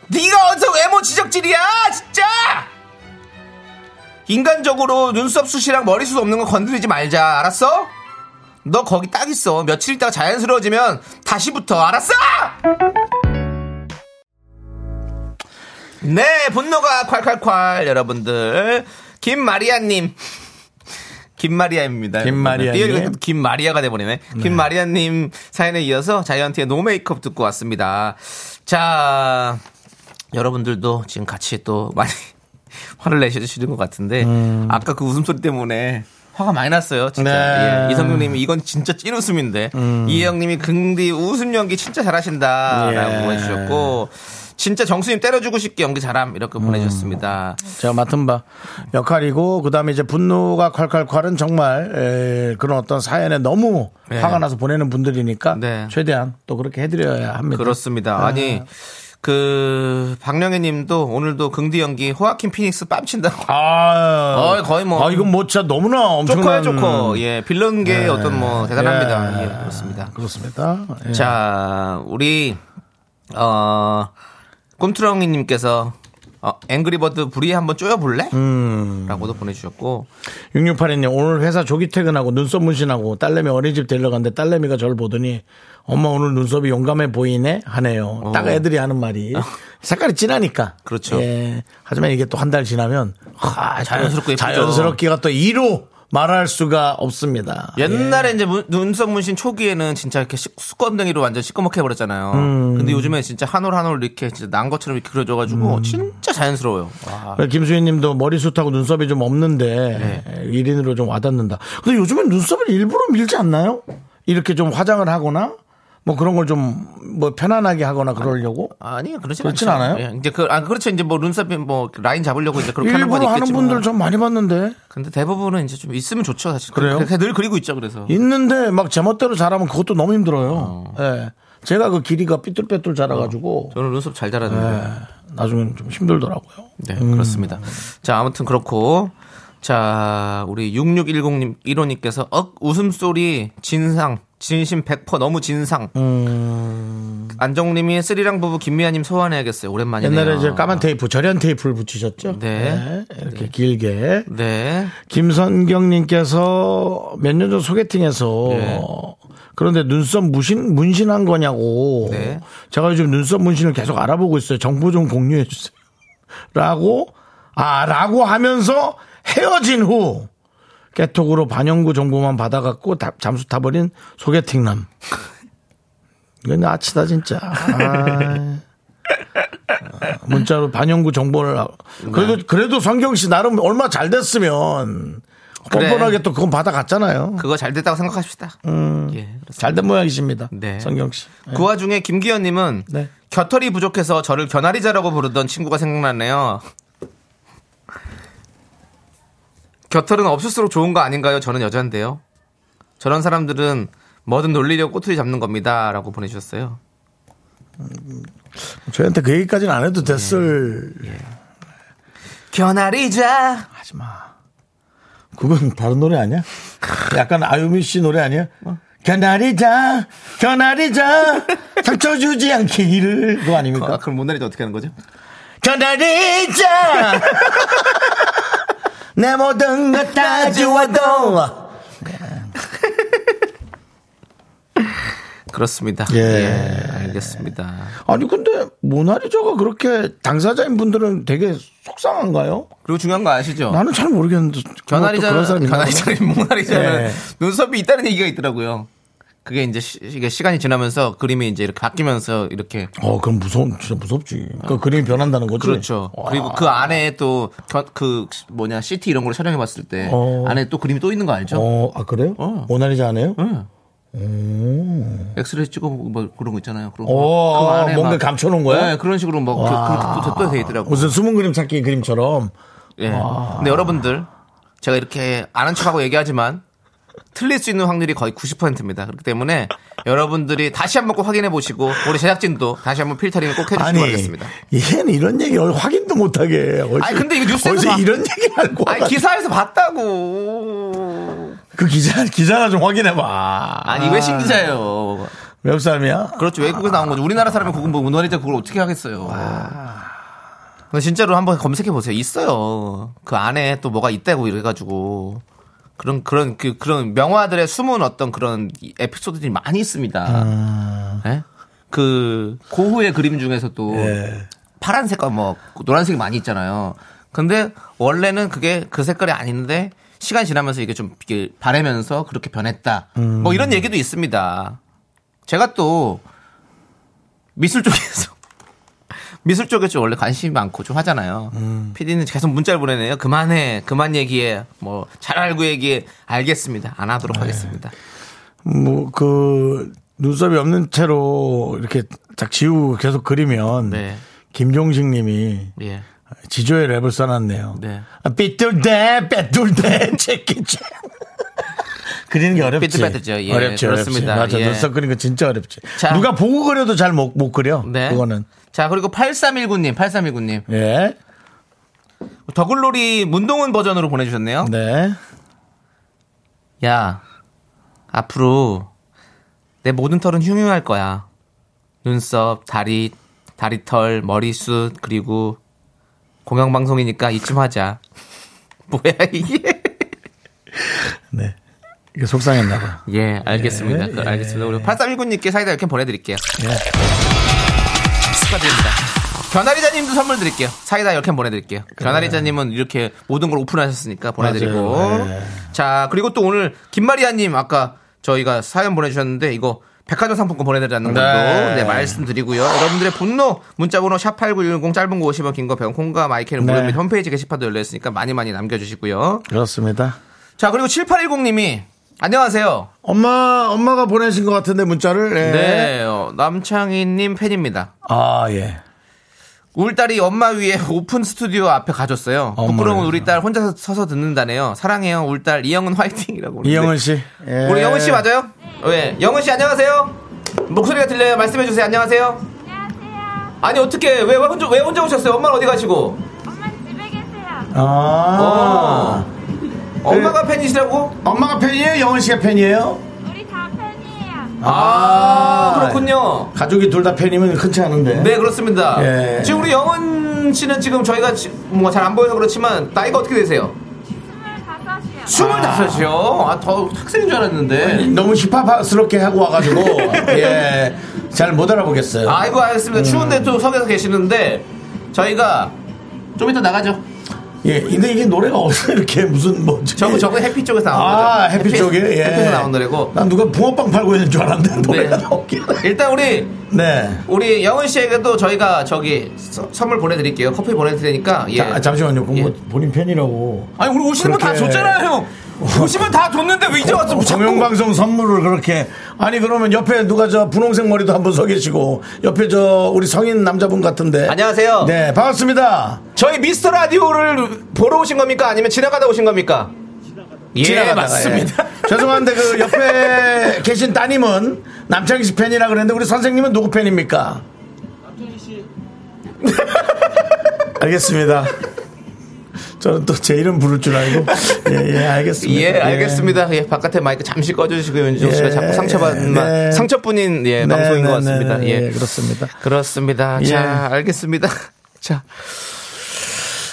네가 어디서 외모 지적질이야, 진짜! 인간적으로 눈썹 숱이랑 머리숱 없는 거 건드리지 말자, 알았어? 너 거기 딱 있어. 며칠 있다가 자연스러워지면 다시부터 알았어! 네, 분노가 콸콸콸 여러분들. 김마리아님. 김마리아입니다. 김마리아님. 띄어읽으니까 김마리아가 돼버리네. 김마리아님 사연에 이어서 자이언티의 노 메이크업 듣고 왔습니다. 자, 여러분들도 지금 같이 또 많이 화를 내셔주시는 것 같은데 아까 그 웃음소리 때문에 화가 많이 났어요. 진짜 네. 예, 이성님이 이건 진짜 찐 웃음인데 이혜영님이 긍디 웃음 연기 진짜 잘하신다라고 예. 보내주셨고 진짜 정수님 때려주고 싶게 연기 잘함 이렇게 보내주셨습니다. 제가 맡은 바 역할이고 그다음에 이제 분노가 콸콸콸은 정말 에, 그런 어떤 사연에 너무 네. 화가 나서 보내는 분들이니까 네. 최대한 또 그렇게 해드려야 합니다. 그렇습니다. 아니 그 박령혜님도 오늘도 긍디 연기 호아킨 피닉스 뺨친다고. 아, 어이, 거의 뭐- 아, 이건 뭐 진짜 너무나 조커야 엄청난 조커. 예 빌런계 의 네. 어떤 뭐 대단합니다. 예. 예, 그렇습니다. 그렇습니다. 예. 자, 우리 어 꿈트렁이님께서 어, 앵그리버드 불이 한번 쪼여볼래? 음. 라고도 보내주셨고 6682님 오늘 회사 조기 퇴근하고 눈썹 문신하고 딸내미 어린이집 데리러 갔는데 딸내미가 저를 보더니 엄마 오늘 눈썹이 용감해 보이네 하네요. 딱 애들이 하는 말이 색깔이 진하니까. 어. 그렇죠. 예. 하지만 이게 또 한 달 지나면 아, 자연스럽고 예쁘죠. 자연스럽기가 또 2로 말할 수가 없습니다. 예. 옛날에 이제 문- 눈썹 문신 초기에는 진짜 이렇게 시- 수건등이로 완전 시꺼멓게 해버렸잖아요. 음. 근데 요즘에 진짜 한 올 한 올 이렇게 진짜 난 것처럼 이렇게 그려져가지고 진짜 자연스러워요. 와. 음. 김수희 님도 머리숱하고 눈썹이 좀 없는데 네. 일인으로좀 와닿는다. 근데 요즘엔 눈썹을 일부러 밀지 않나요? 이렇게 좀 화장을 하거나 뭐 그런 걸 좀 뭐 편안하게 하거나 그러려고 아니 그렇진, 그렇진 않죠. 않아요? 예, 이제 그, 아, 그렇죠. 이제 뭐 눈썹이 뭐 라인 잡으려고 이제 그렇게 하는 건 일부러 하는 있겠지만. 분들 좀 많이 봤는데 근데 대부분은 이제 좀 있으면 좋죠 사실. 그래요? 그렇게 늘 그리고 있죠 그래서. 있는데 막 제멋대로 자라면 그것도 너무 힘들어요. 예. 제가 그 길이가 삐뚤빼뚤 자라가지고 어, 예. 저는 눈썹 잘 자랐는데. 나중엔 좀 힘들더라고요. 음. 네, 그렇습니다. 자, 아무튼 그렇고. 자, 우리 6610님, 1호님께서, 억, 웃음소리, 진상, 진심 100% 너무 진상. 안정님이 쓰리랑 부부 김미아님 소환해야겠어요. 오랜만이네요. 음. 옛날에 이제 까만 테이프, 절연 테이프를 붙이셨죠? 네. 이렇게 길게. 네. 김선경님께서 몇 년 전 소개팅에서 네. 그런데 눈썹 무신 문신한 거냐고 네. 제가 요즘 눈썹 문신을 계속 알아보고 있어요. 정보 좀 공유해 주세요. 라고 아라고 하면서 헤어진 후 깨톡으로 반영구 정보만 받아갖고 다- 잠수 타버린 소개팅남. 이건 아치다 진짜. 아. 문자로 반영구 정보를 알- 네. 그래도 그래도 성경 씨 나름 얼마 잘 됐으면 그래. 뻔뻔하게 또 그건 받아갔잖아요. 음. 그거 잘 됐다고 생각합시다. 예. 그렇습니다. 잘 된 모양이십니다. 네. 성경 씨. 그 와중에 김기현님은 네. 겨털이 부족해서 저를 겨나리자라고 부르던 친구가 생각나네요. 겨털은 없을수록 좋은 거 아닌가요? 저는 여잔데요. 저런 사람들은 뭐든 놀리려고 꼬투리 잡는 겁니다. 라고 보내주셨어요. 저희한테 그 얘기까지는 안 해도 됐을 예, 겨나리자! 하지 마. 그건 다른 노래 아니야? 약간 아유미 씨 노래 아니야? 뭐? 겨나리자, 겨나리자, 상처 주지 않기를. 그거 아닙니까? 아, 그럼 못나리자 어떻게 하는 거죠? 겨나리자! 내 모든 것 다 주워도. 그렇습니다. 예. 알겠습니다. 아니, 근데 모나리자가 그렇게 당사자인 분들은 되게 속상한가요? 그리고 중요한 거 아시죠? 나는 뭐 잘 모르겠는데. 견아리자는 견아리자는 모나리자는 예. 눈썹이 있다는 얘기가 있더라고요. 그게 이제 시, 이게 시간이 지나면서 그림이 이제 이렇게 바뀌면서 이렇게 어, 그럼 무서운, 진짜 무섭지. 그 그림이 변한다는 거지. 어. 그렇죠. 와. 그리고 그 안에 또 그 뭐냐 시티 이런 걸 촬영해 봤을 때 어. 네. 안에 또 그림이 또 있는 거 알죠? 네. 어, 아, 그래요? 모나리자 안 해요? 어. 엑스레이 찍어보고 뭐 그런 거 있잖아요. 그런 오, 거. 그 안에 어, 뭔가 막- 감춰놓은 거야? 네, 그런 식으로 뭐 그- 그렇게 또 돼- 또돼 있더라고요. 무슨 숨은 그림 찾기 그림처럼. 아. 예. 근데 여러분들 제가 이렇게 아는 척하고 얘기하지만 틀릴 수 있는 확률이 거의 90%입니다. 그렇기 때문에 여러분들이 다시 한번 꼭 확인해 보시고 우리 제작진도 다시 한번 필터링을 꼭 해주시기 바라겠습니다. 얘는 이런 얘기 얼- 확인도 못하게. 어디- 아니, 근데 이거 뉴스에서 어디서 봐. 이런 얘기 알고. 아니 와가지고. 기사에서 봤다고. 그 기자, 기자나 좀 확인해봐. 아니 외신 기사예요. 외국 사람이야? 그렇죠 외국에서 나온 거죠. 우리나라 사람이 그건 뭐 문화리자 그걸 어떻게 하겠어요. 아. 근데 진짜로 한번 검색해 보세요. 있어요. 그 안에 또 뭐가 있다고 이래가지고 그런 그런 그 그런 명화들의 숨은 어떤 그런 이 에피소드들이 많이 음. 있습니다. 예? 그 고흐의 그림 중에서도 파란색과 뭐 노란색이 많이 있잖아요. 근데 원래는 그게 그 색깔이 아닌데 시간 지나면서 이게 좀 이게 바래면서 그렇게 변했다. 뭐 이런 얘기도 있습니다. 제가 또 미술 쪽에서 미술 쪽에 좀 원래 관심이 많고 좀 하잖아요. PD는 계속 문자를 보내네요. 그만해, 그만 얘기해. 뭐 잘 알고 얘기해. 알겠습니다. 안 하도록 하겠습니다. 뭐 그 눈썹이 없는 채로 이렇게 딱 지우고 계속 그리면 네. 김종식 님이 예. 지조의 랩을 써놨네요. 네. 아, 삐뚤대 빼뚤대 제끼지. 그리는 게 어렵지. 삐뚤빼뚤죠. 예, 어렵지, 그렇습니다. 어렵지. 맞아, 예. 눈썹 그리는 거 진짜 어렵지. 자. 누가 보고 그려도 잘 못 못 그려. 네. 그거는 자 그리고 8319님, 8319님 예, 더글로리 문동은 버전으로 보내주셨네요. 네. 야, 앞으로 내 모든 털은 흉흉할 거야. 눈썹, 다리, 다리털, 머리숱, 그리고 공영방송이니까 이쯤 하자. 뭐야, 이게? 네. 이게 속상했나 봐. 예, 알겠습니다. 그, 알겠습니다. 우리 8319님께 사이다 이렇게 보내드릴게요. 예. 축하드립니다. 변아리자님도 선물 드릴게요. 사이다 이렇게 보내드릴게요. 변아리자님은 이렇게 모든 걸 오픈하셨으니까 보내드리고. 맞아요. 네. 자, 그리고 또 오늘 김마리아님 아까 저희가 사연 보내주셨는데 이거 백화점 상품권 보내드렸는 걸로 네. 네. 말씀드리고요. 여러분들의 분노 문자번호 샵8910 짧은 거 50원 긴 거 100원 콩과 마이크는 네. 무료 및 홈페이지 게시판도 열려있으니까 많이 많이 남겨주시고요. 그렇습니다. 자, 그리고 7810님이 안녕하세요. 엄마 엄마가 보내신 것 같은데 문자를. 예. 네, 어, 남창희님 팬입니다. 아 예. 우리 딸이 엄마 위에 오픈 스튜디오 앞에 가줬어요. 어머나. 부끄러운 우리 딸 혼자 서서 듣는다네요. 사랑해요, 우리 딸 이영은 화이팅이라고. 이영은 씨. 예. 우리 영은 씨 맞아요? 왜? 영은 씨 안녕하세요. 목소리가 들려요. 말씀해 주세요. 안녕하세요. 아니 어떻게 왜, 왜 혼자 왜 혼자 오셨어요? 엄마 는 어디 가시고? 아. 어. 엄마가 팬이시라고? 엄마가 팬이에요? 영은 씨가 팬이에요? 아, 그렇군요. 가족이 둘 다 팬이면 흔치 않은데. 네 그렇습니다. 예. 지금 우리 영은 씨는 지금 저희가 뭐 잘 안 보여서 그렇지만 나이가 어떻게 되세요? 25이요? 아, 더 학생인 줄 알았는데. 너무 힙합스럽게 하고 와가지고 예. 잘 못 알아보겠어요. 아이고, 음. 알겠습니다. 추운데 또 석에서 계시는데, 저희가 좀 이따 나가죠. 예. 근데 이게 노래가 어디서 이렇게 무슨 뭐 저거, 저거 해피 쪽에서 나온 거죠. 아, 해피, 쪽에 예. 해피에서 나온 노래고. 난 누가 붕어빵 팔고 있는 줄 알았는데 노래가 네. 나오길래. 일단 우리, 네. 우리 영은 씨에게도 저희가 저기 서- 선물 보내드릴게요. 커피 보내드리니까. 예. 자, 잠시만요. 그럼 뭐 예. 본인 팬이라고. 아니, 우리 오시는 분 다 그렇게- 줬잖아요, 형. 오시면 다 줬는데 왜 이제 와서 자꾸- 공영방송 선물을 그렇게 아니 그러면 옆에 누가 저 분홍색 머리도 한 분 서 계시고 옆에 저 우리 성인 남자분 같은데 안녕하세요. 네 반갑습니다 저희 미스터 라디오를 보러 오신 겁니까? 아니면 지나가다 오신 겁니까? 예, 지나가다가, 맞습니다. 예. 죄송한데 그 옆에 계신 따님은 남창희 씨 팬이라 그랬는데 우리 선생님은 누구 팬입니까? 남창희 씨. 알겠습니다. 저는 또 제 이름 부를 줄 알고 예예 알겠습니다. 예, 알겠습니다. 예, 바깥에 마이크 잠시 꺼주시고요. 윤정 씨가 예, 자꾸 상처받는, 네. 상처뿐인, 예, 네, 방송인 것 네, 같습니다. 네, 네, 예. 네, 그렇습니다. 그렇습니다. 예. 자, 알겠습니다. 자,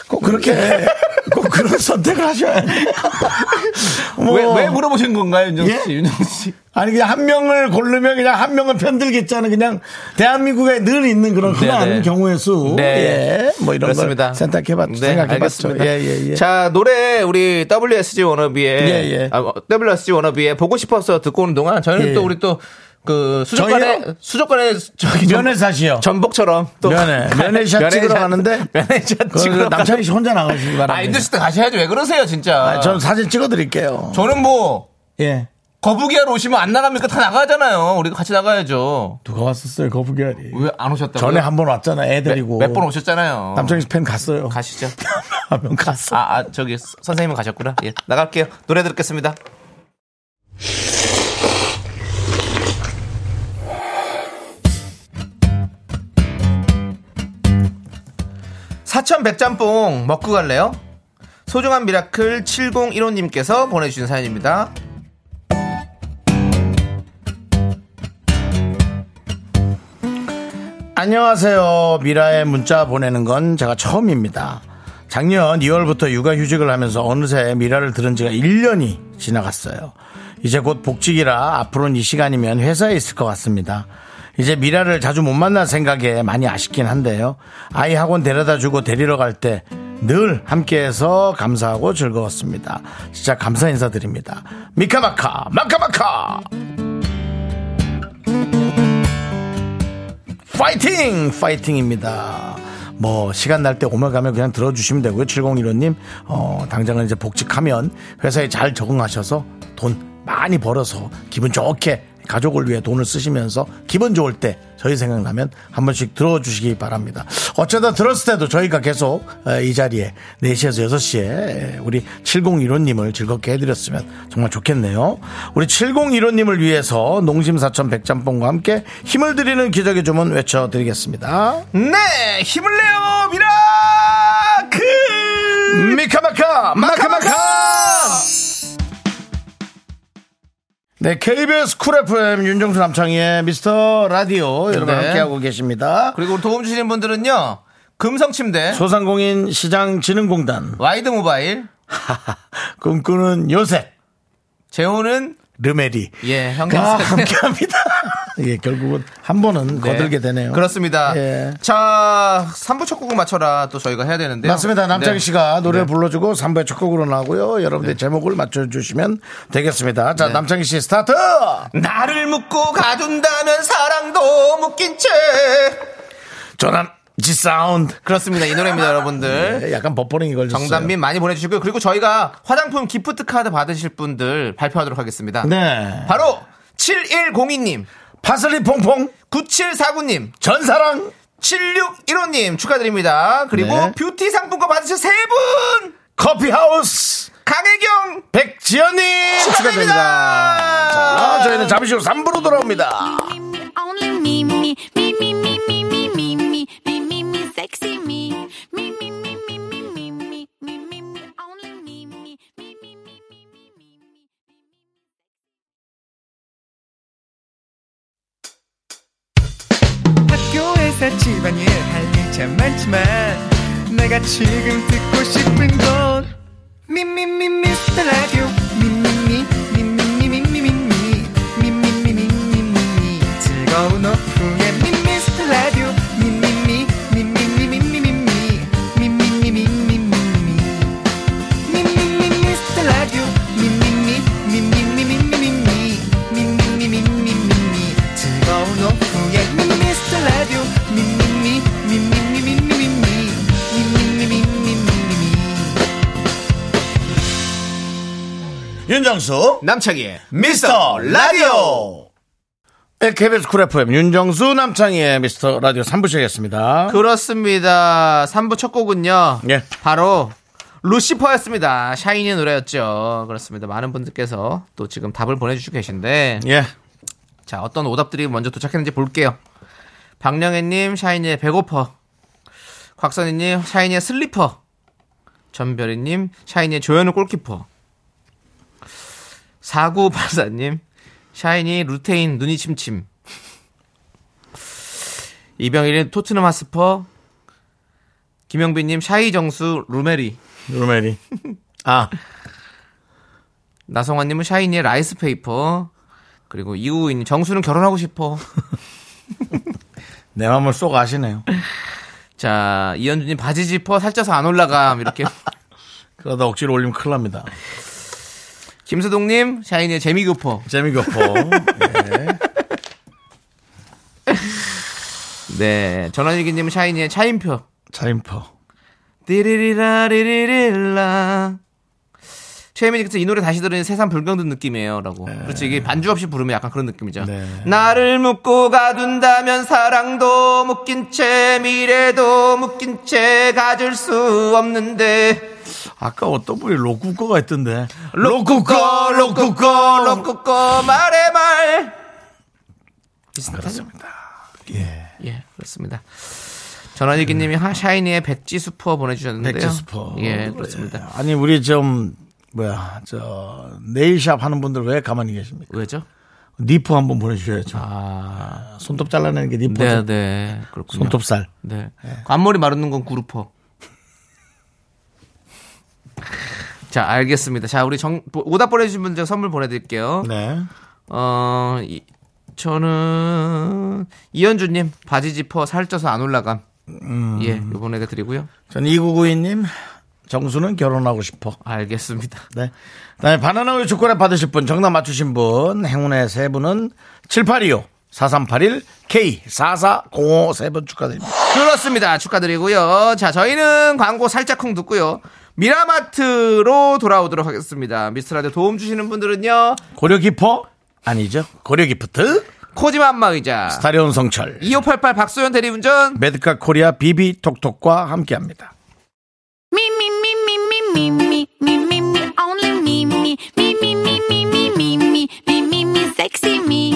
꼭 어, 그렇게 예. 꼭 그런 선택을 하셔야 돼요. 뭐, 왜, 왜 물어보신 건가요, 윤정 예? 씨? 윤정 씨. 아니 그냥 한 명을 고르면 그냥 한 명은 편들겠잖아요. 그냥 대한민국에 늘 있는 그런 흔한 네네. 경우의 수. 네. 예. 뭐 이런 그렇습니다. 걸 생각해봤죠. 네, 생각해봤죠. 알겠습니다. 예예예. 자, 노래 우리 WSG 워너비의 예, 예. 아, 어, WSG 워너비의 보고 싶어서 듣고 오는 동안 저희는 예. 또 우리 또 그 수족관에 저희요? 수족관에 저기 좀- 면회사시요. 전복처럼 또 면회. 면회샷 찍으러 가는데 면회샷 그거 찍으러 남창희 씨 혼자 나가시기 바랍니다. 아 힘드실 때 가셔야지 왜 그러세요 진짜 아, 전 사진 찍어드릴게요. 저는 뭐 예. 거북이하러 오시면 안 나갑니까? 다 나가잖아요. 우리가 같이 나가야죠. 누가 왔었어요 거북이알이. 왜 안 오셨다고요? 전에 한 번 왔잖아. 애들이고. 몇 번 오셨잖아요. 남창희 씨 팬 갔어요. 가시죠. 한명 갔어. 아, 아 저기 서- 선생님은 가셨구나. 예, 나갈게요. 노래 듣겠습니다. 사천 백짬뽕 먹고 갈래요? 소중한 미라클 7015님께서 보내주신 사연입니다. 안녕하세요. 미라에 문자 보내는 건 제가 처음입니다. 작년 2월부터 육아휴직을 하면서 어느새 미라를 들은 지가 1년이 지나갔어요. 이제 곧 복직이라 앞으로는 이 시간이면 회사에 있을 것 같습니다. 이제 미라를 자주 못 만날 생각에 많이 아쉽긴 한데요. 아이 학원 데려다 주고 데리러 갈 때 늘 함께해서 감사하고 즐거웠습니다. 진짜 감사 인사드립니다. 미카마카, 마카마카! 파이팅! 파이팅입니다. 뭐, 시간 날 때 오면 가면 그냥 들어주시면 되고요. 7015님, 어, 당장은 이제 복직하면 회사에 잘 적응하셔서 돈 많이 벌어서 기분 좋게 가족을 위해 돈을 쓰시면서 기분 좋을 때 저희 생각나면 한 번씩 들어주시기 바랍니다. 어쩌다 들었을 때도 저희가 계속 에, 이 자리에 4시에서 6시에 우리 7015님을 즐겁게 해드렸으면 정말 좋겠네요. 우리 7015님을 위해서 농심 사천 백짬뽕과 함께 힘을 드리는 기적의 주문 외쳐드리겠습니다. 네, 힘을 내요 그 미라클. 미카마카 마카마카 네 KBS 쿨 FM 윤정수 남창희의 미스터 라디오 여러분 네. 함께하고 계십니다 그리고 도움 주시는 분들은요. 금성침대, 소상공인 시장진흥공단 와이드 모바일, 꿈꾸는 요셉 재호는 르메리 예, 아, 형광색. 함께합니다 예 결국은 한 네. 번은 거들게 되네요 그렇습니다. 예. 자, 3부 첫 곡을 맞춰라 또 저희가 해야 되는데요. 맞습니다. 남창희 네. 씨가 노래 를 불러주고 3부의 첫 곡으로 나오고요. 여러분들 의 제목을 맞춰주시면 되겠습니다. 자, 남창희 씨 스타트! 네. 나를 묶고 가둔다는 사랑도 묶인 채. 조남지 사운드. 그렇습니다. 이 노래입니다, 여러분들. 예, 약간 버퍼링이 걸렸어요. 정답민 많이 보내주시고요. 그리고 저희가 화장품 기프트 카드 받으실 분들 발표하도록 하겠습니다. 네. 바로 7102님, 파슬리 퐁퐁 9749님, 전사랑 7615님 축하드립니다. 그리고 네. 뷰티 상품권 받으실 세 분! 커피하우스 강혜경! 백지연님 축하드립니다. 자, 아, 저희는 잠시 후 3부로 돌아옵니다. Only me, me, me, me, me, me, me, me, me, me, me, me, sexy me, me, me, me, me, me, me, me, me, me, me, only me, me, me, me, me, me, me, me, me. 학교에서 집안일 할 일 참 많지만 내가 지금 듣고 싶은 건 미미미 미스터 라디오 미미미 미미미 미미미 미미미 미미미 즐거운 오후에 미스터 라디오 미미미 미미미 미미미 미미미 미미미 윤정수 남창희의 미스터 라디오 KBS 네, 쿨 FM 윤정수 남창희의 미스터 라디오 3부 시작했습니다. 그렇습니다. 3부 첫 곡은요. 예. 바로 루시퍼였습니다. 샤이니의 노래였죠. 그렇습니다. 많은 분들께서 또 지금 답을 보내주시고 계신데 예. 자 어떤 오답들이 먼저 도착했는지 볼게요. 박령애님 샤이니의 배고파. 곽선희님 샤이니의 슬리퍼. 전별이님 샤이니의 조현우 골키퍼. 사구발사님 샤이니 루테인 눈이 침침. 이병일님 토트넘 하스퍼. 김영빈님 샤이 정수 루메리. 루메리. 아, 나성환님은 샤이니의 라이스페이퍼. 그리고 이우인 정수는 결혼하고 싶어. 내 마음을 쏙 아시네요. 자, 이현주님 바지 지퍼 살쪄서 안 올라감. 이렇게. 그러다 억지로 올리면 큰일 납니다. 김수동님, 샤이니의 재미교포. 재미가 없어. 네. 전원일기님, 샤이니의 차인표. 차인퍼. 띠리리라리리릴라. 최민희께서 이 노래 다시 들으니 세상 불경 든 느낌이에요. 라고. 그렇지. 이게 반주 없이 부르면 약간 그런 느낌이죠. 네. 나를 묶고 가둔다면 사랑도 묶인 채, 미래도 묶인 채 가질 수 없는데. 아까 어떤 분이 로쿠꺼가 있던데. 로쿠꺼, 로쿠꺼, 로쿠꺼, 말해 말. 비슷하죠? 예. 예, 그렇습니다. 전원일기님이 하- 샤이니의 백지 수퍼 보내주셨는데요. 백지스퍼. 예, 그렇습니다. 네. 아니, 우리 좀, 뭐야, 저, 네일샵 하는 분들 왜 가만히 계십니까? 왜죠? 니포 한번 보내주셔야죠. 손톱 잘라내는 게 니포죠. 네, 네, 그렇군요. 손톱살. 네. 앞머리 마르는 건 구루퍼. 자, 알겠습니다. 자, 우리 정, 오답 보내주신 분들 선물 보내드릴게요. 네. 어, 이- 저는 이현주님 바지 지퍼 살쪄서 안 올라감. 음. 예, 요번에 드리고요. 전 2992님, 정수는 결혼하고 싶어. 알겠습니다. 네. 다음에 바나나 우유 초콜릿 받으실 분, 정답 맞추신 분, 행운의 세 분은 7825, 4381, K, 4405 세 분 축하드립니다. 그렇습니다. 축하드리고요. 자, 저희는 광고 살짝쿵 듣고요. 미라마트로 돌아오도록 하겠습니다. 미스터라디오 도움 주시는 분들은요. 고려 기퍼? 아니죠. 고려 기프트, 코지마 안마의자, 스타리온 성철, 2588 박소연 대리운전, 메드카 코리아 비비 톡톡과 함께 합니다. Me, me, me, me, me, me, me, me, me, me, only me, me, me, me, me, me, me, me, me, me, me, me, sexy me.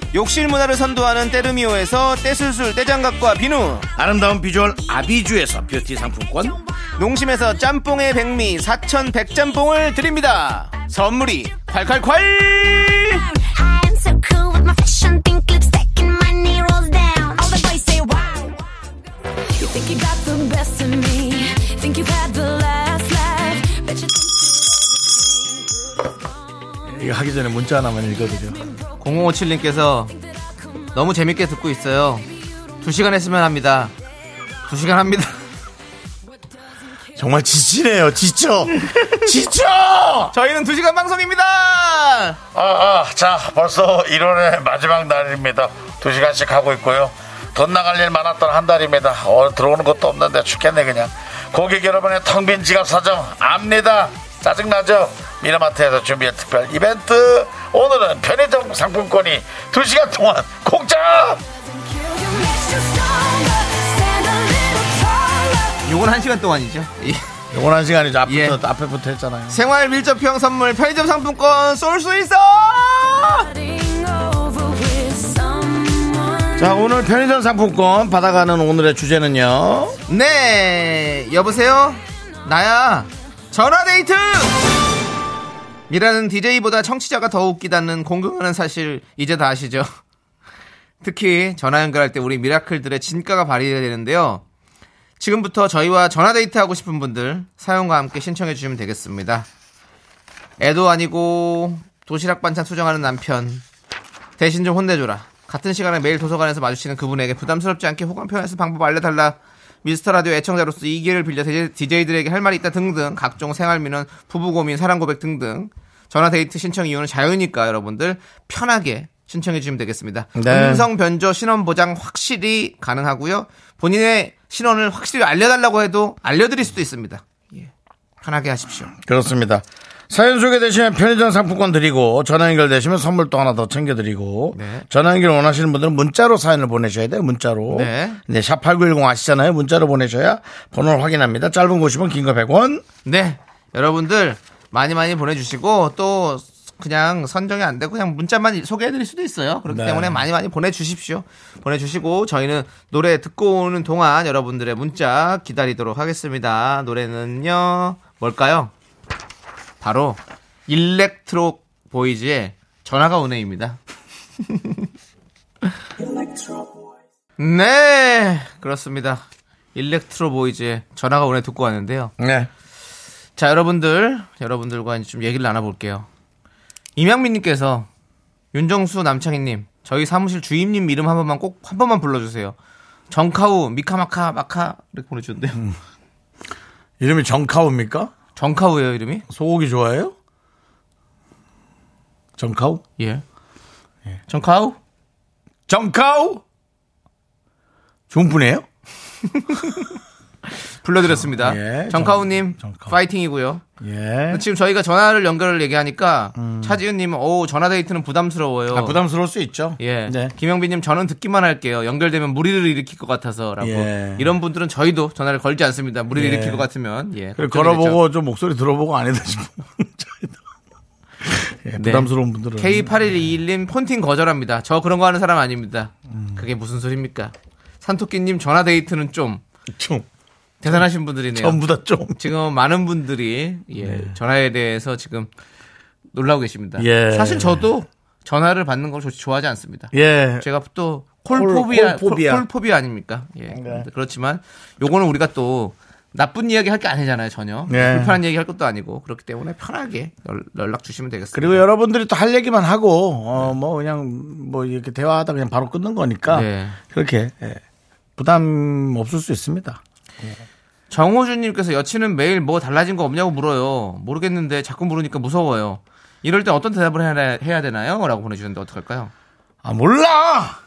욕실 문화를 선도하는 때르미오에서 떼술술 떼장갑과 비누, 아름다운 비주얼 아비주에서 뷰티 상품권. 농심에서 짬뽕의 백미 사천 백짬뽕을 드립니다. 선물이 콸콸콸! I am so cool with my fashion pink lipstick and my knee rolls down. All the boys say wow. You think you got the best of me? Think you've had the last laugh? Bet you 이거 하기 전에 문자 하나만 읽어드려. 0057님께서 너무 재밌게 듣고 있어요. 2시간 했으면 합니다. 2시간 합니다. 정말 지치네요. 지쳐. 지쳐! 저희는 2시간 방송입니다! 아, 아, 자, 벌써 1월의 마지막 날입니다. 두 시간씩 하고 있고요. 돈 나갈 일 많았던 한 달입니다. 어, 들어오는 것도 없는데 죽겠네, 그냥. 고객 여러분의 텅 빈 지갑 사정 압니다. 짜증나죠? 미라마트에서 준비한 특별 이벤트. 오늘은 편의점 상품권이 두 시간 동안 공짜! 요건 1시간 동안이죠. 예. 요건 한 시간이죠. 앞부터, 예. 앞에부터 했잖아요. 생활 밀접형 선물 편의점 상품권 쏠 수 있어! getting over with someone. 자, 오늘 편의점 상품권 받아가는 오늘의 주제는요. 네, 여보세요? 나야, 전화데이트! 미라는 DJ보다 청취자가 더 웃기다는 공경하는 사실, 이제 다 아시죠? 특히 전화 연결할 때 우리 미라클들의 진가가 발휘해야 되는데요. 지금부터 저희와 전화데이트 하고 싶은 분들 사연과 함께 신청해 주시면 되겠습니다. 애도 아니고 도시락 반찬 수정하는 남편 대신 좀 혼내줘라. 같은 시간에 매일 도서관에서 마주치는 그분에게 부담스럽지 않게 호감 표현하는 방법 알려달라. 미스터 라디오 애청자로서 이 기회를 빌려 DJ들에게 할 말이 있다 등등 각종 생활 민원, 부부 고민, 사랑 고백 등등 전화 데이트 신청 이유는 자유니까 여러분들 편하게 신청해 주시면 되겠습니다. 네. 음성 변조 신원 보장 확실히 가능하고요. 본인의 신원을 확실히 알려달라고 해도 알려드릴 수도 있습니다. 예. 편하게 하십시오. 그렇습니다. 사연 소개되시면 편의점 상품권 드리고 전화 연결되시면 선물 또 하나 더 챙겨드리고 네. 전화 연결 원하시는 분들은 문자로 사연을 보내셔야 돼요. 문자로. 네. 샵8910 아시잖아요. 문자로 보내셔야 번호를 확인합니다. 짧은 거 50원, 긴 거 100원. 네, 여러분들 많이 많이 보내주시고 또 그냥 선정이 안 되고 그냥 문자만 소개해드릴 수도 있어요. 그렇기 네. 때문에 많이 많이 보내주십시오. 보내주시고 저희는 노래 듣고 오는 동안 여러분들의 문자 기다리도록 하겠습니다. 노래는요 뭘까요? 바로 일렉트로 보이즈의 전화가 오네입니다. 네, 그렇습니다. 일렉트로 보이즈의 전화가 오네 듣고 왔는데요. 네. 자, 여러분들, 여러분들과 이제 좀 얘기를 나눠볼게요. 임양민님께서 윤정수 남창희님, 저희 사무실 주임님 이름 한 번만 꼭 한 번만 불러주세요. 정카우 미카마카 마카 이렇게 보내주는데요. 음. 이름이 정카우입니까? 정카우예요 이름이? 소고기 좋아해요? 정카우? 예. 정카우? 정카우? 좋은 분이에요? 불러드렸습니다. 예, 정- 정카우님 정카우. 파이팅이고요. 예. 지금 저희가 전화를 연결을 얘기하니까 차지윤님 오 전화 데이트는 부담스러워요. 음. 아, 부담스러울 수 있죠. 예. 네. 김영빈님 저는 듣기만 할게요. 연결되면 무리를 일으킬 것 같아서라고. 예. 이런 분들은 저희도 전화를 걸지 않습니다. 무리를 예. 일으킬 것 같으면. 예. 그리고 걱정이 걸어보고 좀 목소리 들어보고 아니다 싶으면 저희도 네. 예, 부담스러운 분들은 예. K8121님 폰팅 거절합니다. 저 그런 거 하는 사람 아닙니다. 음. 그게 무슨 소리입니까? 산토끼님 전화 데이트는 좀 좀 대단하신 분들이네요. 전부 다좀 네. 지금 많은 분들이 예, 전화에 대해서 지금 놀라고 계십니다. 예. 사실 저도 전화를 받는 걸 좋- 좋아하지 않습니다. 예. 제가 또 콜- 콜포비아, 콜포비아. 네. 콜- 콜포비아 아닙니까? 예. 그렇지만 요거는 우리가 또 나쁜 이야기 할 게 아니잖아요, 전혀. 예. 불편한 얘기 할 것도 아니고 그렇기 때문에 편하게 연- 연락 주시면 되겠습니다. 그리고 여러분들이 또 할 얘기만 하고 어 뭐 그냥 뭐 이렇게 대화하다 그냥 바로 끊는 거니까 네. 그렇게 예. 부담 없을 수 있습니다. 정호준님께서 여친은 매일 뭐 달라진 거 없냐고 물어요. 모르겠는데 자꾸 물으니까 무서워요. 이럴 때 어떤 대답을 해야, 해야 되나요? 라고 보내주셨는데 어떡할까요? 아 몰라.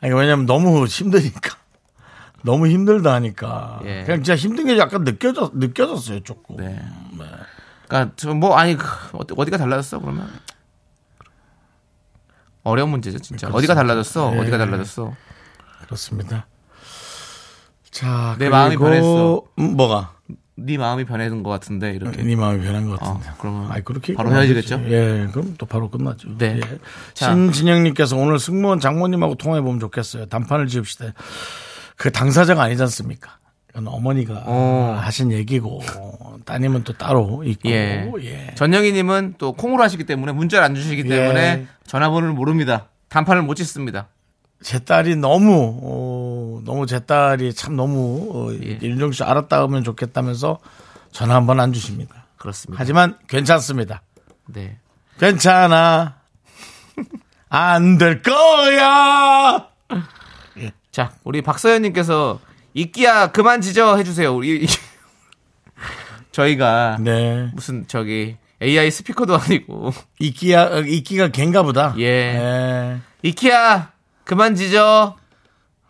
아니 왜냐면 너무 힘드니까 너무 힘들다 하니까 예. 그냥 진짜 힘든 게 약간 느껴졌 느껴졌어요 조금. 네. 그러니까 저 뭐 아니 그 어디- 어디가 달라졌어 그러면 어려운 문제죠 진짜 어디가 네. 달라졌어 어디가 달라졌어 그렇습니다. 자, 내 마음이 그리고- 변했어. 음, 뭐가? 네 마음이 변해진 것 같은데 이렇게 네 마음이 변한 것 같은데. 어, 그러면 아이, 그렇게 바로 얘기하면 헤어지겠죠? 안 되지. 예, 그럼 또 바로 끝나죠. 네. 예. 자. 신진영님께서 오늘 승무원 장모님하고 통화해 보면 좋겠어요. 단판을 지읍시다. 그 당사자가 아니지 않습니까? 그건 어머니가 어. 하신 얘기고 따님은 또 따로 있고. 예. 예. 예. 전영희님은 또 콩으로 하시기 때문에 문자를 안 주시기 때문에 전화번호를 모릅니다 단판을 못 짓습니다 제 딸이 너무 어, 너무 제 딸이 참 너무 어, 예. 윤정 씨 알았다 하면 좋겠다면서 전화 한 번 안 주십니다. 그렇습니다 하지만 괜찮습니다. 네 괜찮아. 아, 안 될 거야. 예. 자, 우리 박서연님께서 이끼야 그만 지져 해주세요. 우리 이- 저희가 네. 무슨 저기 AI 스피커도 아니고 이끼야, 어, 이끼가 갠가 보다. 예. 예. 이끼야 그만 지져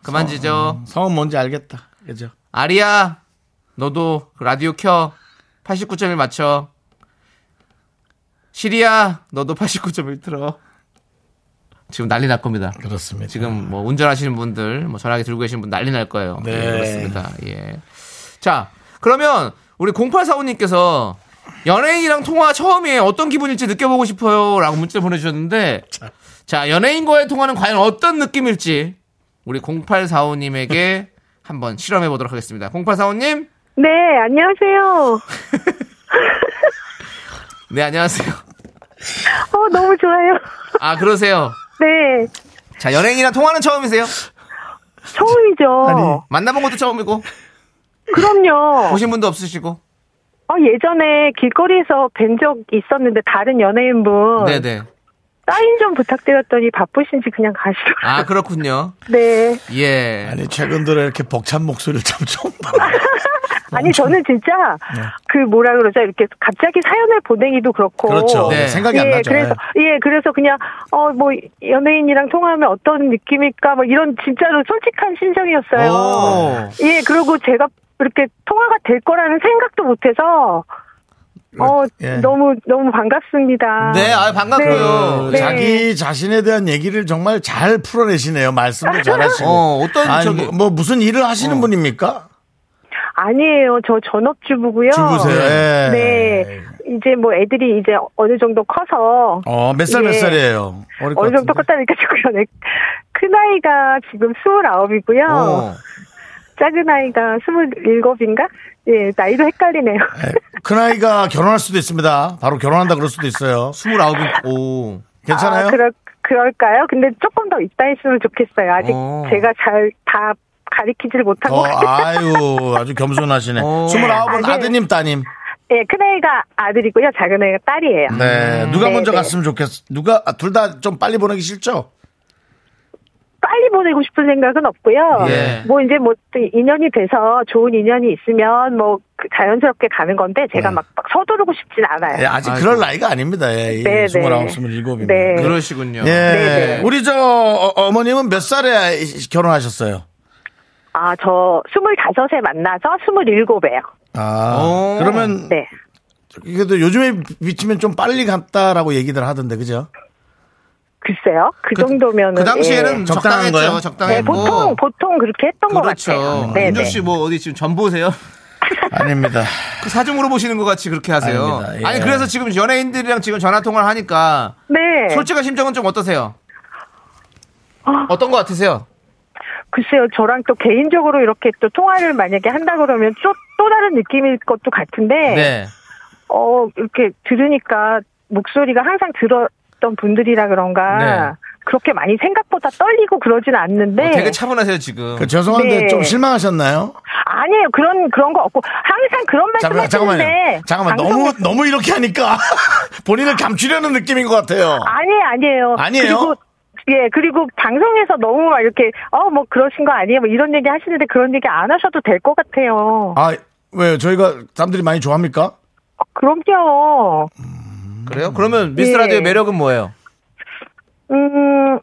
그만 지져 성은 뭔지 알겠다. 그죠? 아리야 너도 그 라디오 켜 89.1 맞춰 시리야 너도 89.1 틀어 지금 난리 날 겁니다. 그렇습니다. 지금 뭐 운전하시는 분들, 뭐 전화기 들고 계신 분 난리 날 거예요. 네. 예, 그렇습니다. 예. 자, 그러면 우리 0845님께서 연예인이랑 통화 처음에 어떤 기분일지 느껴보고 싶어요. 라고 문자 보내주셨는데, 자, 연예인과의 통화는 과연 어떤 느낌일지 우리 0845님에게 한번 실험해 보도록 하겠습니다. 0845님, 네, 안녕하세요. 네, 안녕하세요. 어, 너무 좋아요. 아, 그러세요. 네, 자, 연예인이랑 통화는 처음이세요? 처음이죠. 만나본 것도 처음이고, 그럼요. 보신 분도 없으시고, 어, 예전에 길거리에서 뵌 적 있었는데 다른 연예인분 네네. 사인 좀 부탁드렸더니 바쁘신지 그냥 가시더라고요. 아, 그렇군요. 네. 예. 아니, 최근 들어 이렇게 벅찬 목소리를 참 처음 봐요. 아니 저는 진짜 네. 그 뭐라 그러죠 이렇게 갑자기 사연을 보내기도 그렇고 그렇죠. 네. 생각이 안 예, 나죠. 네. 그래서 예, 그래서 그냥 어 뭐 연예인이랑 통화하면 어떤 느낌일까 뭐 이런 진짜로 솔직한 심정이었어요. 오. 예, 그리고 제가 이렇게 통화가 될 거라는 생각도 못해서 어 예. 너무 너무 반갑습니다. 네, 아 반갑고요. 어, 네. 자기 자신에 대한 얘기를 정말 잘 풀어내시네요. 말씀도 잘하시고. 어, 어떤 아니, 저기- 어. 뭐, 뭐 무슨 일을 하시는 분입니까? 아니에요, 저 전업주부고요. 주부세요. 예. 네, 이제 뭐 애들이 이제 어느 정도 커서 어, 몇 살 몇 예. 살이에요? 어릴 것 어느 정도 같은데. 컸다니까 조금 큰 아이가 지금 29이고요. 어. 작은 아이가 27인가? 예, 나이도 헷갈리네요. 큰아이가 그 결혼할 수도 있습니다. 바로 결혼한다 그럴 수도 있어요. 29인, 오. 괜찮아요? 아, 그럴, 그럴까요? 근데 조금 더 있다 했으면 좋겠어요. 아직 어. 제가 잘 다 가리키질 못한 것 어, 같아요. 아유, 아주 겸손하시네. 어. 스물아홉은 아, 네. 아드님, 따님. 예, 큰 아이가 아들이고요. 작은 아이가 딸이에요. 네, 누가 네, 먼저 네. 갔으면 좋겠어. 누가 아, 둘 다 좀 빨리 보내기 싫죠? 빨리 보내고 싶은 생각은 없고요. 예. 뭐 이제 뭐또 인연이 돼서 좋은 인연이 있으면 뭐그 자연스럽게 가는 건데 제가 막, 막 서두르고 싶진 않아요. 네. 예, 아직 아이고. 그럴 나이가 아닙니다. 네, 예, 네. 스물아홉, 스물일곱입니다. 네. 그러시군요. 예, 네, 네. 우리 저 어, 머님은몇 살에 이- 결혼하셨어요? 아, 저 25에 만나서 27에요. 아, 오. 그러면 네. 그래도 요즘에 비치면 좀 빨리 갔다라고 얘기들 하던데 그죠? 글쎄요. 그, 정도면은 그 당시에는 예. 적당한 적당했죠. 거예요? 네, 적당했고. 보통 보통 그렇게 했던 것 그렇죠. 같아요. 네, 윤정 네. 씨뭐 어디 지금 전 보세요? 아닙니다. 그 사중으로 보시는 것 같이 그렇게 하세요. 아닙니다. 예. 아니 그래서 지금 연예인들이랑 지금 전화 통화를 하니까 네. 솔직한 심정은 좀 어떠세요? 아. 어떤 것 같으세요? 글쎄요, 저랑 또 개인적으로 이렇게 또 통화를 만약에 한다 그러면 또, 또 다른 느낌일 것도 같은데, 네. 어, 이렇게 들으니까 목소리가 항상 들었던 분들이라 그런가, 네. 그렇게 많이 생각보다 떨리고 그러진 않는데, 어, 되게 차분하세요 지금. 그 죄송한데 네. 좀 실망하셨나요? 아니에요. 그런, 그런 거 없고, 항상 그런 말씀 잠깐만, 하시는데, 잠깐만요. 잠깐만. 너무, 방송에서- 너무 이렇게 하니까 본인을 감추려는 느낌인 것 같아요. 아니에요, 아니에요. 아니에요? 그리고 예, 그리고 방송에서 너무 막 이렇게, 어, 뭐 그러신 거 아니에요? 뭐 이런 얘기 하시는데 그런 얘기 안 하셔도 될 것 같아요. 아, 왜요? 저희가 사람들이 많이 좋아합니까? 어, 그럼요. 음. 그래요? 그러면 미스 예. 라디오의 매력은 뭐예요? 음,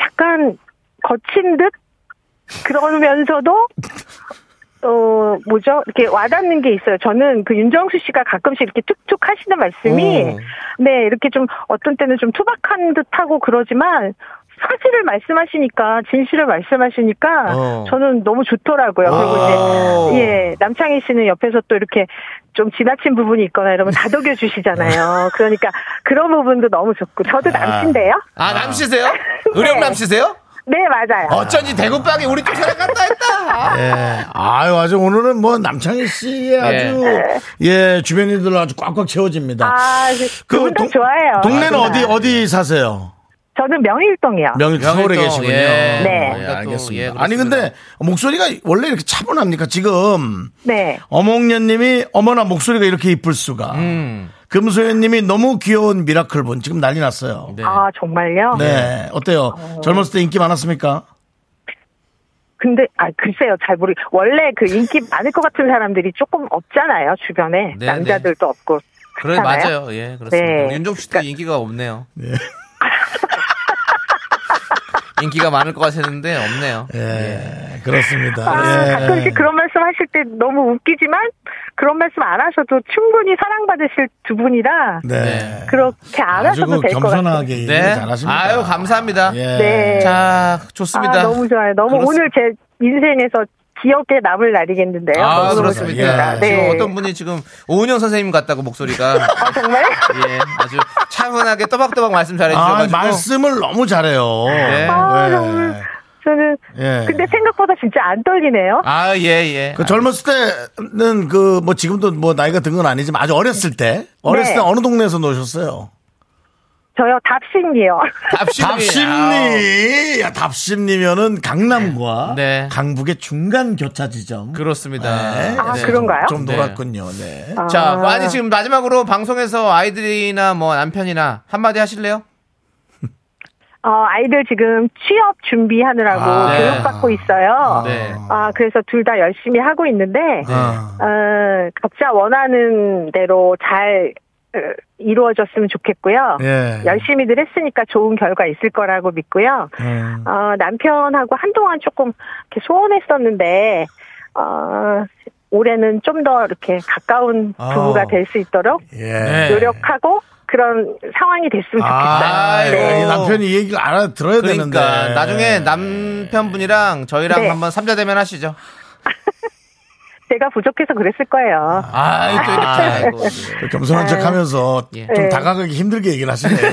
약간 거친 듯? 그러면서도, 어, 뭐죠? 이렇게 와닿는 게 있어요. 저는 그 윤정수 씨가 가끔씩 이렇게 툭툭 하시는 말씀이, 오. 네, 이렇게 좀 어떤 때는 좀 투박한 듯 하고 그러지만, 사실을 말씀하시니까, 진실을 말씀하시니까, 어. 저는 너무 좋더라고요. 그리고 오. 이제, 예, 남창희 씨는 옆에서 또 이렇게 좀 지나친 부분이 있거나 이러면 다독여 주시잖아요. 그러니까 그런 부분도 너무 좋고, 저도 남친데요? 아 남씨세요? 음. 의령 남씨세요? 네, 맞아요. 어쩐지 대구빵이 우리 쪽 생각한다 했다. 예. 아유, 아주 오늘은 뭐 남창희 씨의 아주 예, 주변인들로 아주 꽉꽉 채워집니다. 아, 그분 다 동- 좋아해요. 동네는 아, 어디, 어디 사세요? 저는 명일동이요. 명일 서울에 명일동, 계시군요. 예. 아. 네. 예, 거기가 또, 알겠습니다. 예, 아니, 그렇습니다. 근데 목소리가 원래 이렇게 차분합니까? 지금 네. 어몽년님이 어머나 목소리가 이렇게 이쁠 수가. 금소연님이 너무 귀여운 미라클 본 지금 난리 났어요. 네. 아, 정말요? 어때요? 젊었을 때 인기 많았습니까? 근데, 아, 글쎄요. 잘 모르, 원래 그 인기 많을 것 같은 사람들이 조금 없잖아요. 주변에. 네, 남자들도 없고. 그래 그렇잖아요. 맞아요. 예 그렇습니다. 네. 우리 윤종 씨도 인기가 없네요. 인기가 많을 것 같았는데 없네요. 예, 그렇습니다. 아, 예. 가끔씩 그런 말씀 하실 때 너무 웃기지만, 그런 말씀 안 하셔도 충분히 사랑받으실 두 분이라, 네. 그렇게 안 아주 하셔도 그 될 것 같아요. 겸손하게 얘기 네. 잘하십니다. 아유 감사합니다. 예. 네. 자 좋습니다. 아, 너무 좋아요. 너무 그렇습니다. 오늘 제 인생에서 기억에 남을 날이겠는데요. 아, 네, 너무 그렇습니다. 좋습니다. 지금 네. 어떤 분이 지금 오은영 선생님 같다고 목소리가 아, 정말? 예 아주 차분하게 또박또박 말씀 잘해 아, 주셔가지고 말씀을 너무 잘해요. 네. 아, 네. 너무 저는 예. 근데 생각보다 진짜 안 떨리네요. 아 예예 그 젊었을 때는 그 뭐 지금도 뭐 나이가 든 건 아니지만 아주 어렸을 때 어렸을 네. 때 어느 동네에서 노셨어요? 저요 답신이요. 답심리 야 답심리면은 강남과 네. 강북의 중간 교차 지점 그렇습니다. 네. 아, 네, 그런가요? 좀 네. 놀았군요. 네. 자, 뭐 아니 지금 마지막으로 방송에서 아이들이나 뭐 남편이나 한마디 하실래요? 어, 아이들 지금 취업 준비하느라고 아, 네. 교육받고 있어요. 네. 아 그래서 둘 다 열심히 하고 있는데 아. 어, 각자 원하는 대로 잘 어, 이루어졌으면 좋겠고요. 예. 열심히들 했으니까 좋은 결과 있을 거라고 믿고요. 예. 음. 어, 남편하고 한동안 조금 이렇게 소원했었는데, 어, 올해는 좀 더 이렇게 가까운 부부가 어. 될 수 있도록 예. 네. 노력하고 그런 상황이 됐으면 좋겠어요. 아, 네. 이 아이고. 남편이 이 얘기를 알아들어야 그러니까 되는데. 네. 나중에 남편분이랑 저희랑 네. 한번 삼자 대면 하시죠. 제가 부족해서 그랬을 거예요. 아이 또 이렇게 아이고. 그 네. 겸손한 척 하면서 예. 좀 예. 다가가기 힘들게 얘기를 하시네요.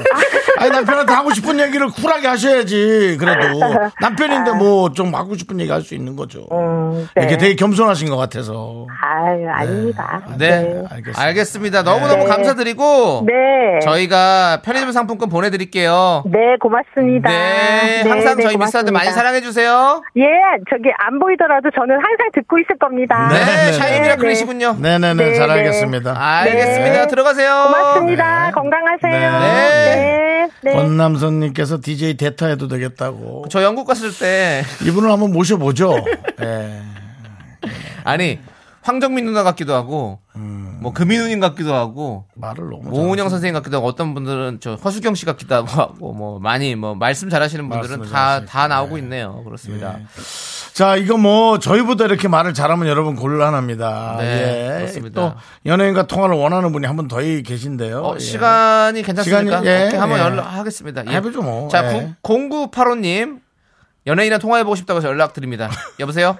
아니, 남편한테 하고 싶은 얘기를 쿨하게 하셔야지, 그래도. 남편인데 뭐 좀 하고 싶은 얘기 할 수 있는 거죠. 음, 네. 이렇게 되게 겸손하신 것 같아서. 아유, 아닙니다. 네. 알겠습니다. 알겠습니다. 너무너무 네. 감사드리고 네. 저희가 편의점 상품권 보내 드릴게요. 네, 고맙습니다. 네. 항상 네, 저희 미스터드 많이 고맙습니다. 사랑해 주세요. 예, 저기 안 보이더라도 저는 항상 듣고 있을 겁니다. 네. 네, 샤이니 네, 미라클이시군요. 네네네, 네, 잘 네. 알겠습니다. 알겠습니다. 네. 들어가세요. 고맙습니다. 건강하세요. 네. 네. 네. 권남선님께서 DJ 대타 해도 되겠다고. 저 영국 갔을 때 이분을 한번 모셔보죠. 예. 아니 황정민 누나 같기도 하고 음. 뭐 금희누님 같기도 하고 말을 너무. 모은영 선생님 같기도 하고 어떤 분들은 저 허수경 씨 같기도 하고 뭐 많이 뭐 말씀 잘하시는 분들은 말씀을 다 다 잘하시니까. 나오고 있네요 그렇습니다 예. 자, 이거 뭐 저희보다 이렇게 말을 잘하면 여러분 곤란합니다. 네, 예. 그렇습니다. 또 연예인과 통화를 원하는 분이 한 분 더 계신데요. 어, 예. 시간이 괜찮습니까 시간이- 예, 오케이, 한번 예. 연락하겠습니다 예. 해보죠, 뭐. 자 예. 0985님 연예인이랑 통화해보고 싶다고 해서 연락드립니다 여보세요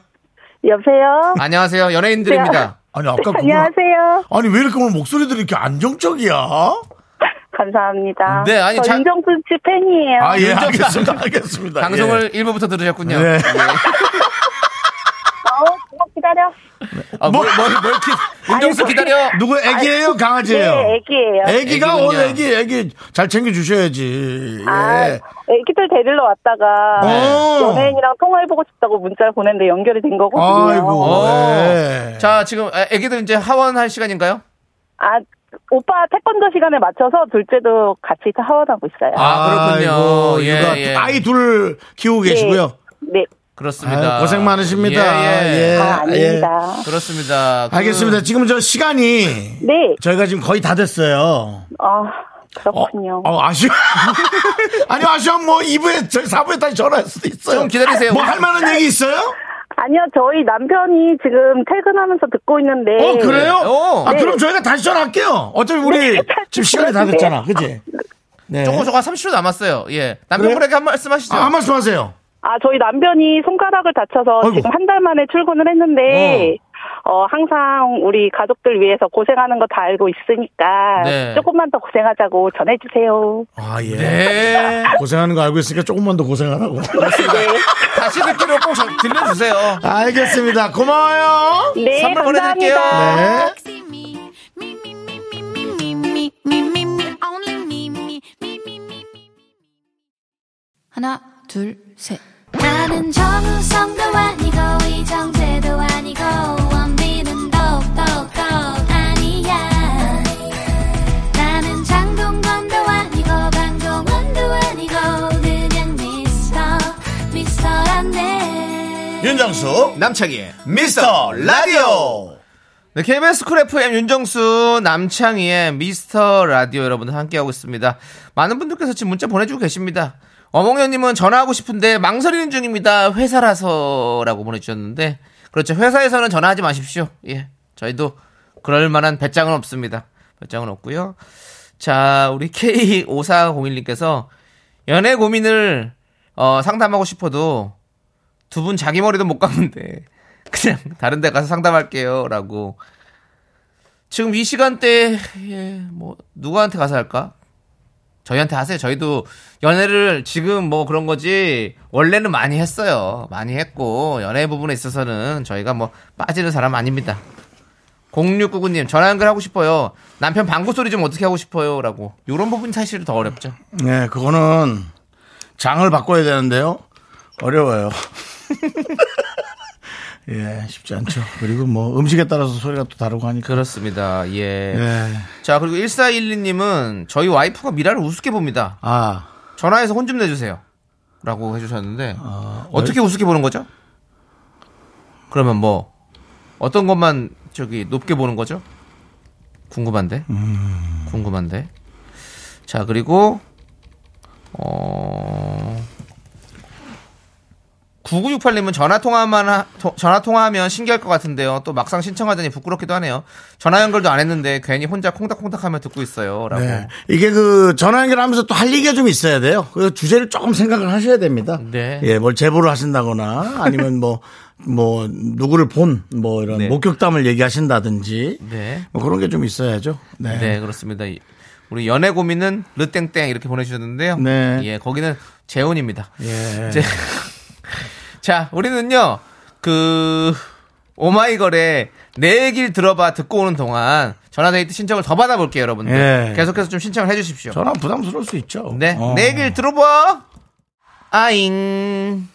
여보세요? 네, 어. 안녕하세요 연예인들입니다 아니 아까 그거 안녕하세요. 아니 왜 이렇게 오늘 목소리들이 이렇게 안정적이야? 아, 감사합니다. 네, 아니, 저 자- 윤정수 씨 팬이에요. 아 예 윤정수 알겠습니다 알겠습니다. 방송을 일부부터 들으셨군요. 예. 네. 어, 그거 기다려. 아, 뭘, 뭘, 뭘, 기- 윤정수 기다려. 뭐- 누구 애기예요 강아지예요? 네, 애기예요. 애기가 애기군요. 오늘 애기 애기 잘 챙겨 주셔야지. 예. 아, 애기들 데리러 왔다가 어. 연예인이랑 통화해보고 싶다고 문자를 보냈는데 연결이 된 거거든요. 아이고. 어. 네. 자, 지금 아, 애- 애기들 이제 하원할 시간인가요? 아, 오빠 태권도 시간에 맞춰서 둘째도 같이 하원하고 있어요. 아, 그렇군요. 아이고, 예, 육아. 예. 아이 둘 키우고 네. 계시고요. 네. 그렇습니다. 아유, 고생 많으십니다. 예, 예. 예. 아, 아닙니다. 그렇습니다. 그- 알겠습니다. 지금 저 시간이 네. 저희가 지금 거의 다 됐어요. 아, 어, 그렇군요. 어, 아쉬워. 아니, 아쉬워. 뭐, 2부에, 저희 4부에 다시 전화할 수도 있어요. 좀 기다리세요. 뭐, 할 만한 얘기 있어요? 아니요, 저희 남편이 지금 퇴근하면서 듣고 있는데. 어, 그래요? 어. 아, 네. 그럼 저희가 다시 전화할게요. 어차피 우리 지금 시간이 다 됐잖아. 그치? 네. 조금 조금 30초 남았어요. 예. 남편분에게 한 말씀 하시죠. 아, 한 말씀 하세요. 아, 저희 남편이 손가락을 다쳐서 아이고. 지금 한 달 만에 출근을 했는데, 어, 항상 우리 가족들 위해서 고생하는 거 다 알고 있으니까, 네. 조금만 더 고생하자고 전해주세요. 아, 예. 네. 고생하는 거 알고 있으니까 조금만 더 고생하라고. 다시 듣기로 꼭 저- 들려주세요. 알겠습니다. 고마워요. 네, 선물 보내드릴게요. 감사합니다. 네. Sexy me, me, me, me, me, me, me, me, me, me, only me, me, me, me, me. 하나, 둘, 셋. 네. 나는 정우성도 아니고 이정재도 아니고 원빈은 더욱더 아니야 나는 장동건도 아니고 방종원도 아니고 그냥 미스터 미스터란데 네. 윤정수, 남창희의 미스터 라디오. 네, KBS 쿨 FM 윤정수 남창희의 미스터 라디오 여러분들 함께하고 있습니다. 많은 분들께서 지금 문자 보내주고 계십니다. 어몽여님은 전화하고 싶은데 망설이는 중입니다. 회사라서라고 보내주셨는데 그렇죠. 회사에서는 전화하지 마십시오. 예, 저희도 그럴 만한 배짱은 없습니다. 배짱은 없고요. 자, 우리 K5401님께서 연애 고민을 어, 상담하고 싶어도 두 분 자기 머리도 못 감는데 그냥 다른 데 가서 상담할게요라고 지금 이 시간대에 예, 뭐 누구한테 가서 할까? 저희한테 하세요. 저희도 연애를 지금 뭐 그런 거지 원래는 많이 했어요. 많이 했고 연애 부분에 있어서는 저희가 뭐 빠지는 사람 아닙니다. 0699님 전화 연결하고 싶어요. 남편 방구 소리 좀 어떻게 하고 싶어요라고. 이런 부분이 사실 더 어렵죠. 네, 그거는 장을 바꿔야 되는데요. 어려워요. 예, 쉽지 않죠. 그리고 뭐 음식에 따라서 소리가 또 다르고 하니까. 그렇습니다. 예. 예. 자 그리고 1412님은 저희 와이프가 미라를 우습게 봅니다. 아, 전화해서 혼 좀 내주세요. 라고 해주셨는데, 어, 떻게 우습게 보는 거죠? 그러면 뭐, 어떤 것만 저기 높게 보는 거죠? 궁금한데? 궁금한데? 자, 그리고, 어, 9968님은 전화통화만, 하- 통- 전화통화하면 신기할 것 같은데요. 또 막상 신청하더니 부끄럽기도 하네요. 전화 연결도 안 했는데 괜히 혼자 콩닥콩닥 하며 듣고 있어요. 라고. 네. 이게 그 전화 연결하면서 또 할 얘기가 좀 있어야 돼요. 그 주제를 조금 생각을 하셔야 됩니다. 네. 예, 뭘 제보를 하신다거나 아니면 뭐, 뭐, 누구를 본 뭐 이런 네. 목격담을 얘기하신다든지 네. 뭐 그런 게 좀 있어야죠. 네. 네, 그렇습니다. 이- 우리 연애 고민은 르땡땡 이렇게 보내주셨는데요. 네. 예, 거기는 재혼입니다. 예. 제- 자, 우리는요, 그, 오마이걸의 내 얘기를 들어봐 듣고 오는 동안 전화데이트 신청을 더 받아볼게요, 여러분들. 예. 계속해서 좀 신청을 해주십시오. 전화 부담스러울 수 있죠. 네, 어. 내 얘기를 들어봐! 아잉.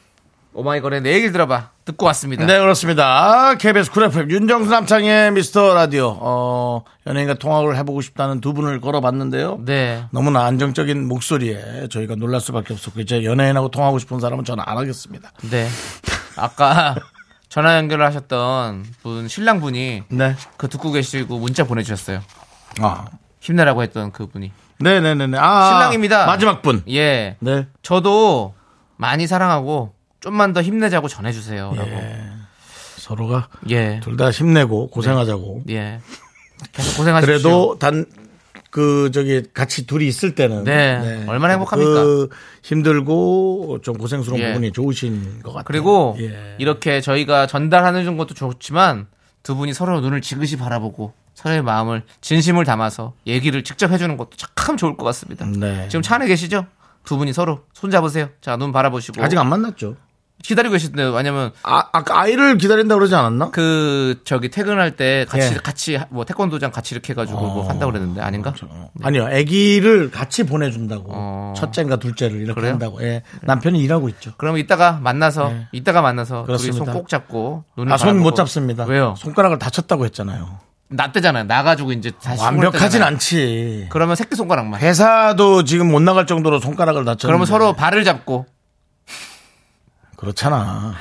오마이걸의 내 얘기를 들어봐 듣고 왔습니다. 네, 그렇습니다. KBS 쿨 FM 윤정수 남창의 미스터 라디오. 어, 연예인과 통화를 해보고 싶다는 두 분을 걸어봤는데요. 네. 너무나 안정적인 목소리에 저희가 놀랄 수밖에 없었고 이제 연예인하고 통화하고 싶은 사람은 저는 안 하겠습니다. 네. 아까 전화 연결을 하셨던 분, 신랑분이 네. 그 듣고 계시고 문자 보내주셨어요. 아. 힘내라고 했던 그분이. 네네네네. 아, 신랑입니다. 마지막 분. 예. 네. 저도 많이 사랑하고 좀만 더 힘내자고 전해주세요. 라고. 예. 서로가 예. 둘 다 힘내고 고생하자고. 예. 계속 고생하십시오. 그래도 단, 그, 저기, 같이 둘이 있을 때는. 네. 얼마나 행복합니까? 그 힘들고 좀 고생스러운 예. 부분이 좋으신 것 같아요. 그리고 예. 이렇게 저희가 전달하는 것도 좋지만 두 분이 서로 눈을 지그시 바라보고 서로의 마음을 진심을 담아서 얘기를 직접 해주는 것도 참 좋을 것 같습니다. 네. 지금 차 안에 계시죠? 두 분이 서로 손 잡으세요. 자, 눈 바라보시고 아직 안 만났죠. 기다리고 계시는데 왜냐면 아, 아까 아이를 기다린다 그러지 않았나? 그 저기 퇴근할 때 같이 예. 어. 같이 하- 뭐 태권도장 같이 이렇게 해가지고 뭐 한다 고 그랬는데 아닌가? 아니요, 아기를 같이 보내준다고. 어. 첫째인가 둘째를 이렇게 그래요? 네. 한다고. 예, 남편이 일하고 있죠. 그럼 이따가 만나서 이따가 만나서 네. 그렇습니다. 둘이 손 꼭 잡고 눈을 아, 손 못 바라보고. 잡습니다. 왜요? 손가락을 다쳤다고 했잖아요. 나대잖아요. 나가지고 이제 다시 완벽하진 손을 떼잖아요. 않지. 그러면 새끼 손가락만. 회사도 지금 못 나갈 정도로 손가락을 다쳤는데. 그러면 서로 발을 잡고 그렇잖아.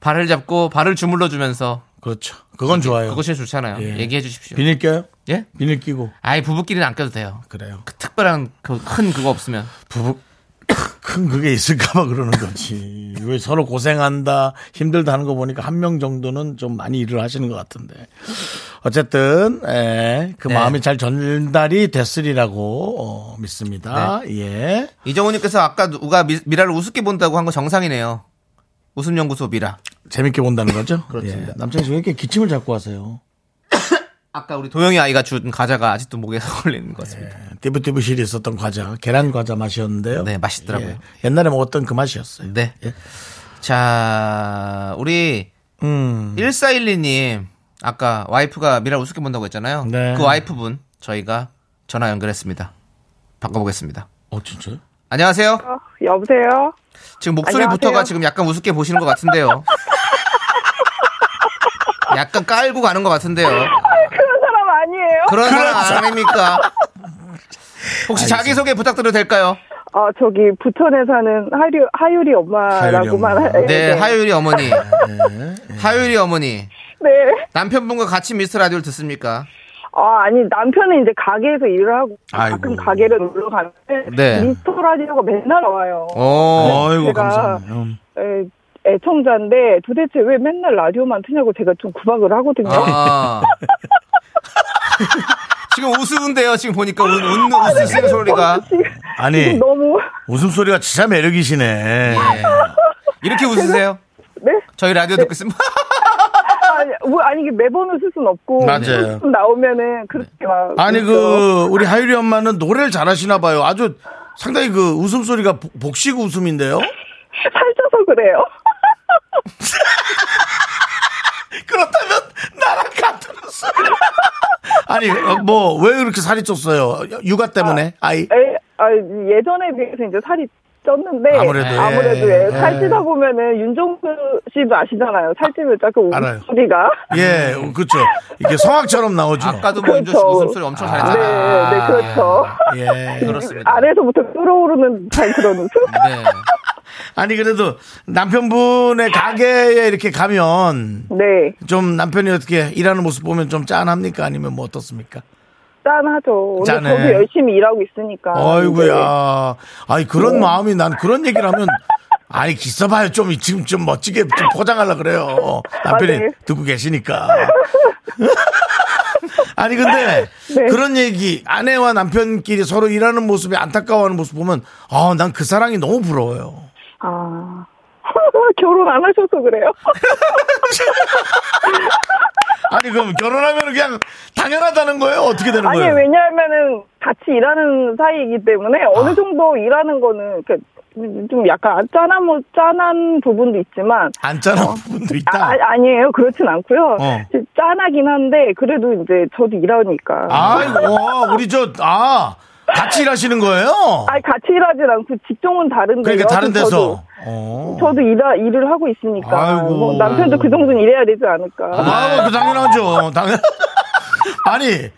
발을 잡고 발을 주물러 주면서 그렇죠. 그건 좋아요. 그것이 좋잖아요. 예. 얘기해 주십시오. 비닐 껴요? 예? 비닐 끼고. 아예 부부끼리는 안 껴도 돼요. 그래요. 그 특별한 그 큰 그거 없으면 부부 큰 그게 있을까봐 그러는 거지. 왜 서로 고생한다, 힘들다 하는 거 보니까 한 명 정도는 좀 많이 일을 하시는 것 같은데. 어쨌든, 예, 그 네. 마음이 잘 전달이 됐으리라고 어, 네. 믿습니다. 예. 이정우님께서 아까 누가 미, 라를 우습게 본다고 한 거 정상이네요. 웃음 연구소 미라. 재밌게 본다는 거죠? 그렇습니다. 예. 남편이 왜 이렇게 기침을 자꾸 하세요? 아까 우리 도영이 아이가 준 과자가 아직도 목에 걸리는 것 같습니다. 예, 띠부띠부실에 있었던 과자, 계란 과자 맛이었는데요. 네, 맛있더라고요. 예, 옛날에 먹었던 그 맛이었어요. 네. 자, 우리 음. 1412님 아까 와이프가 미라 우습게 본다고 했잖아요. 네. 그 와이프분 저희가 전화 연결했습니다. 바꿔보겠습니다. 어, 진짜요? 안녕하세요. 어, 여보세요? 지금 목소리부터가 안녕하세요. 지금 약간 우습게 보시는 것 같은데요. 약간 깔고 가는 것 같은데요. 그런 사람 아니에요? 그런 그렇죠. 사람 아닙니까? 혹시 자기소개 부탁드려도 될까요? 어, 저기 부천에 사는 하유, 하유리 엄마라고만 하유리 엄마. 하- 네, 네. 하율이 어머니. 네. 하율이 어머니. 네. 남편분과 같이 미스터 라디오를 듣습니까? 아, 아니, 남편은 이제 가게에서 일을 하고 아이고. 가끔 가게를 놀러 가는데 네. 미스터 라디오가 맨날 나와요. 오, 어이구, 제가- 감사합니다. 음. 에, 애청자인데 도대체 왜 맨날 라디오만 트냐고 제가 좀 구박을 하거든요. 아. 지금 웃으는데요. 지금 보니까 웃, 웃는 네. 웃으시는 소리가 지금, 아니. 지금 너무 웃음소리가 진짜 매력이시네. 예. 이렇게 웃으세요? 네? 저희 라디오 듣고 있으면 아니, 뭐, 아니, 이게 매번 웃을 순 없고 맞아요. 웃음 나오면은 그렇게 막 아니 웃죠. 그 우리 하율이 엄마는 노래를 잘하시나 봐요. 아주 상당히 그 웃음 소리가 복식 웃음인데요. 살쪄서 그래요. 그렇다면 나랑 같은 웃음. 아니 뭐 왜 그렇게 살이 쪘어요? 육아 때문에 아이. 에, 아, 예전에 비해서 이제 살이 쪘는데 아무래도, 예. 아무래도 예, 예. 살찌다 보면은 윤종수 씨도 아시잖아요. 살찌면 자꾸 알아요. 웃음소리가 예, 그렇죠. 이게 성악처럼 나오죠. 아까도 뭐 윤조 씨 그렇죠. 웃음소리 엄청 네, 잘했잖아요. 네 그렇죠. 예. 그렇습니다. 아래에서부터 끓어오르는 잘 그런 웃음. 네. 아니 그래도 남편분의 가게에 이렇게 가면 네, 좀 남편이 어떻게 일하는 모습 보면 좀 짠합니까? 아니면 뭐 어떻습니까? 짠하죠. 오늘 짠해. 저도 열심히 일하고 있으니까. 아이고야. 아니 네. 그런 마음이 난 그런 얘기를 하면 아니 기싸봐요 좀 지금 좀 멋지게 좀 포장하려 그래요. 남편이 맞아요. 네. 듣고 계시니까. 아니 근데 네. 그런 얘기 아내와 남편끼리 서로 일하는 모습이 안타까워하는 모습 보면 아 난 그 사랑이 너무 부러워요. 아. 결혼 안 하셔서 그래요? 아니 그럼 결혼하면 그냥 당연하다는 거예요? 어떻게 되는 아니, 거예요? 아. 왜냐하면은 같이 일하는 사이이기 때문에 어느 정도 일하는 거는 그좀 약간 짠한, 뭐 짠한 부분도 있지만 안 짜는 부분도 있다. 아, 아니에요 그렇진 않고요. 어. 좀 짠하긴 한데 그래도 이제 저도 일하니까. 아이고 우리 저 아 같이 일하시는 거예요? 아니, 같이 일하진 않고 직종은 다른데. 그러니까 다른 데서. 저도, 어. 저도 일하, 일을 하고 있으니까. 아이고. 뭐 남편도 그 정도는 일해야 되지 않을까. 아, 그 당연하죠. 당연. 아니,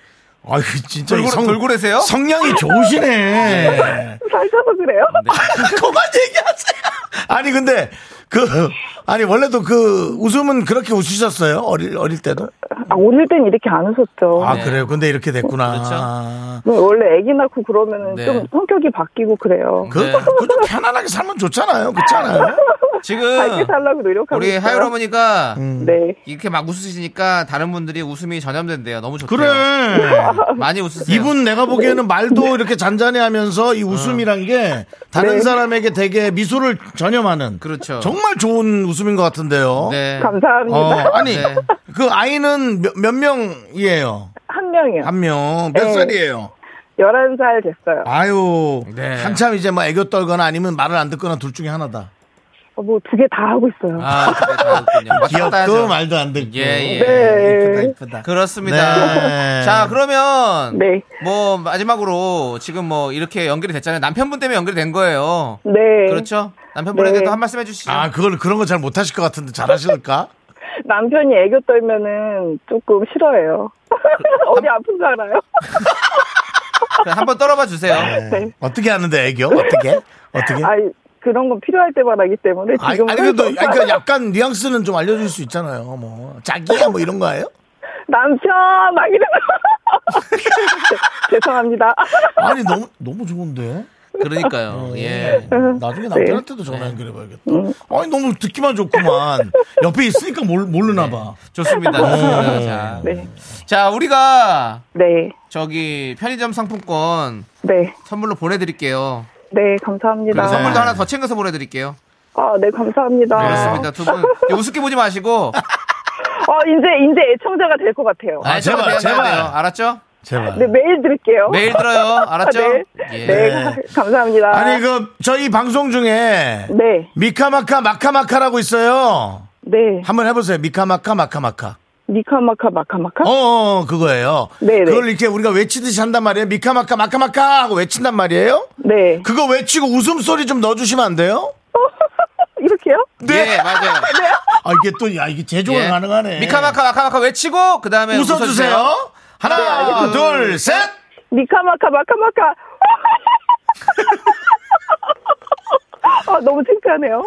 아유 진짜 돌고래- 돌고래세요? 성량이 좋으시네. 살쪄서 그래요? 네. 그만 얘기하세요. 아니 근데 그 아니 원래도 그 웃음은 그렇게 웃으셨어요? 어릴 어릴 때도? 아, 어릴 땐 이렇게 안 웃었죠. 아 그래요. 근데 이렇게 됐구나. 네. 그렇죠. 뭐 네, 원래 아기 낳고 그러면은 네. 좀 성격이 바뀌고 그래요. 그 네. 그좀 편안하게 살면 좋잖아요. 그렇잖아요. 밝게 지금 살라고 노력하고 우리 네. 있어요. 하율 어머니가 음. 네. 이렇게 막 웃으시니까 다른 분들이 웃음이 전염된대요. 너무 좋대요. 그래. 많이 웃으세요. 이분 내가 보기에는 말도 이렇게 잔잔해하면서 이 웃음이란 게 다른 사람에게 되게 미소를 전염하는 그렇죠. 정말 좋은 웃음인 것 같은데요. 네. 감사합니다. 어, 아니 네. 그 아이는 몇, 몇 명이에요? 한 명이요. 한 명. 몇 네. 살이에요? 11살 됐어요. 아유, 네. 한참 이제 뭐 애교 떨거나 아니면 말을 안 듣거나 둘 중에 하나다. 뭐 두 개 다 하고 있어요. 아, 그래, 다 웃군요. 왔다 갔다 귀엽고 하죠. 말도 안 듣고. 예, 예. 이쁘다, 네. 이쁘다. 그렇습니다. 네. 자, 그러면 네. 뭐 마지막으로 지금 뭐 이렇게 연결이 됐잖아요. 남편분 때문에 연결이 된 거예요. 네. 그렇죠? 남편분에게도 네. 한 말씀 해주시죠. 아, 그걸 그런 거 잘 못하실 것 같은데 잘하실까? 남편이 애교 떨면은 조금 싫어해요. 어디 아픈 줄 알아요? 한번 떨어봐 주세요. 네. 어떻게 하는데 애교? 어떻게? 어떻게? 아이, 그런 건 필요할 때만 하기 때문에 아니, 네, 지금 아니 그래도 아니, 그러니까 약간 뉘앙스는 좀 알려줄 수 있잖아요. 뭐 자기야 뭐 이런 거예요? 남편 막 이러면 죄송합니다. 아니 너무 너무 좋은데 어, 그러니까요. 예. 네. 나중에 남편한테도 전화 연결해봐야겠다. 음, 아니 너무 듣기만 좋구만. 옆에 있으니까 몰, 모르나 봐. 네. 어. 좋습니다. 좋습니다. 자. 네. 자, 우리가 네. 저기 편의점 상품권 네. 선물로 보내드릴게요. 네, 그리고 감사합니다. 선물도 하나 더 챙겨서 보내드릴게요. 아, 네, 감사합니다. 그렇습니다. 두 분 우습게 보지 마시고 어, 이제, 이제 애청자가 될 것 같아요. 아, 애청자 제발, 돼야 제발. 돼요. 알았죠? 제발. 네, 매일 들을게요. 매일 들어요. 알았죠? 네. 예. 네, 감사합니다. 아니 그 저희 방송 중에 네, 미카마카 마카마카라고 있어요. 네. 한번 해보세요. 미카마카 마카마카. 미카마카, 마카마카? 어, 어, 어, 그거예요. 네네. 그걸 이렇게 우리가 외치듯이 한단 말이에요. 미카마카 마카마카 하고 외친단 말이에요. 네. 그거 외치고 웃음소리 좀 넣어주시면 안 돼요? 이렇게요? 예, 맞아요. 아 이게 또 야 이게 제조가 예. 가능하네. 미카마카 마카마카 외치고 그다음에 웃어주세요. 웃어주세요. 네, 하나, 둘, 셋. 미카마카, 마카마카. 아, 너무 창피하네요.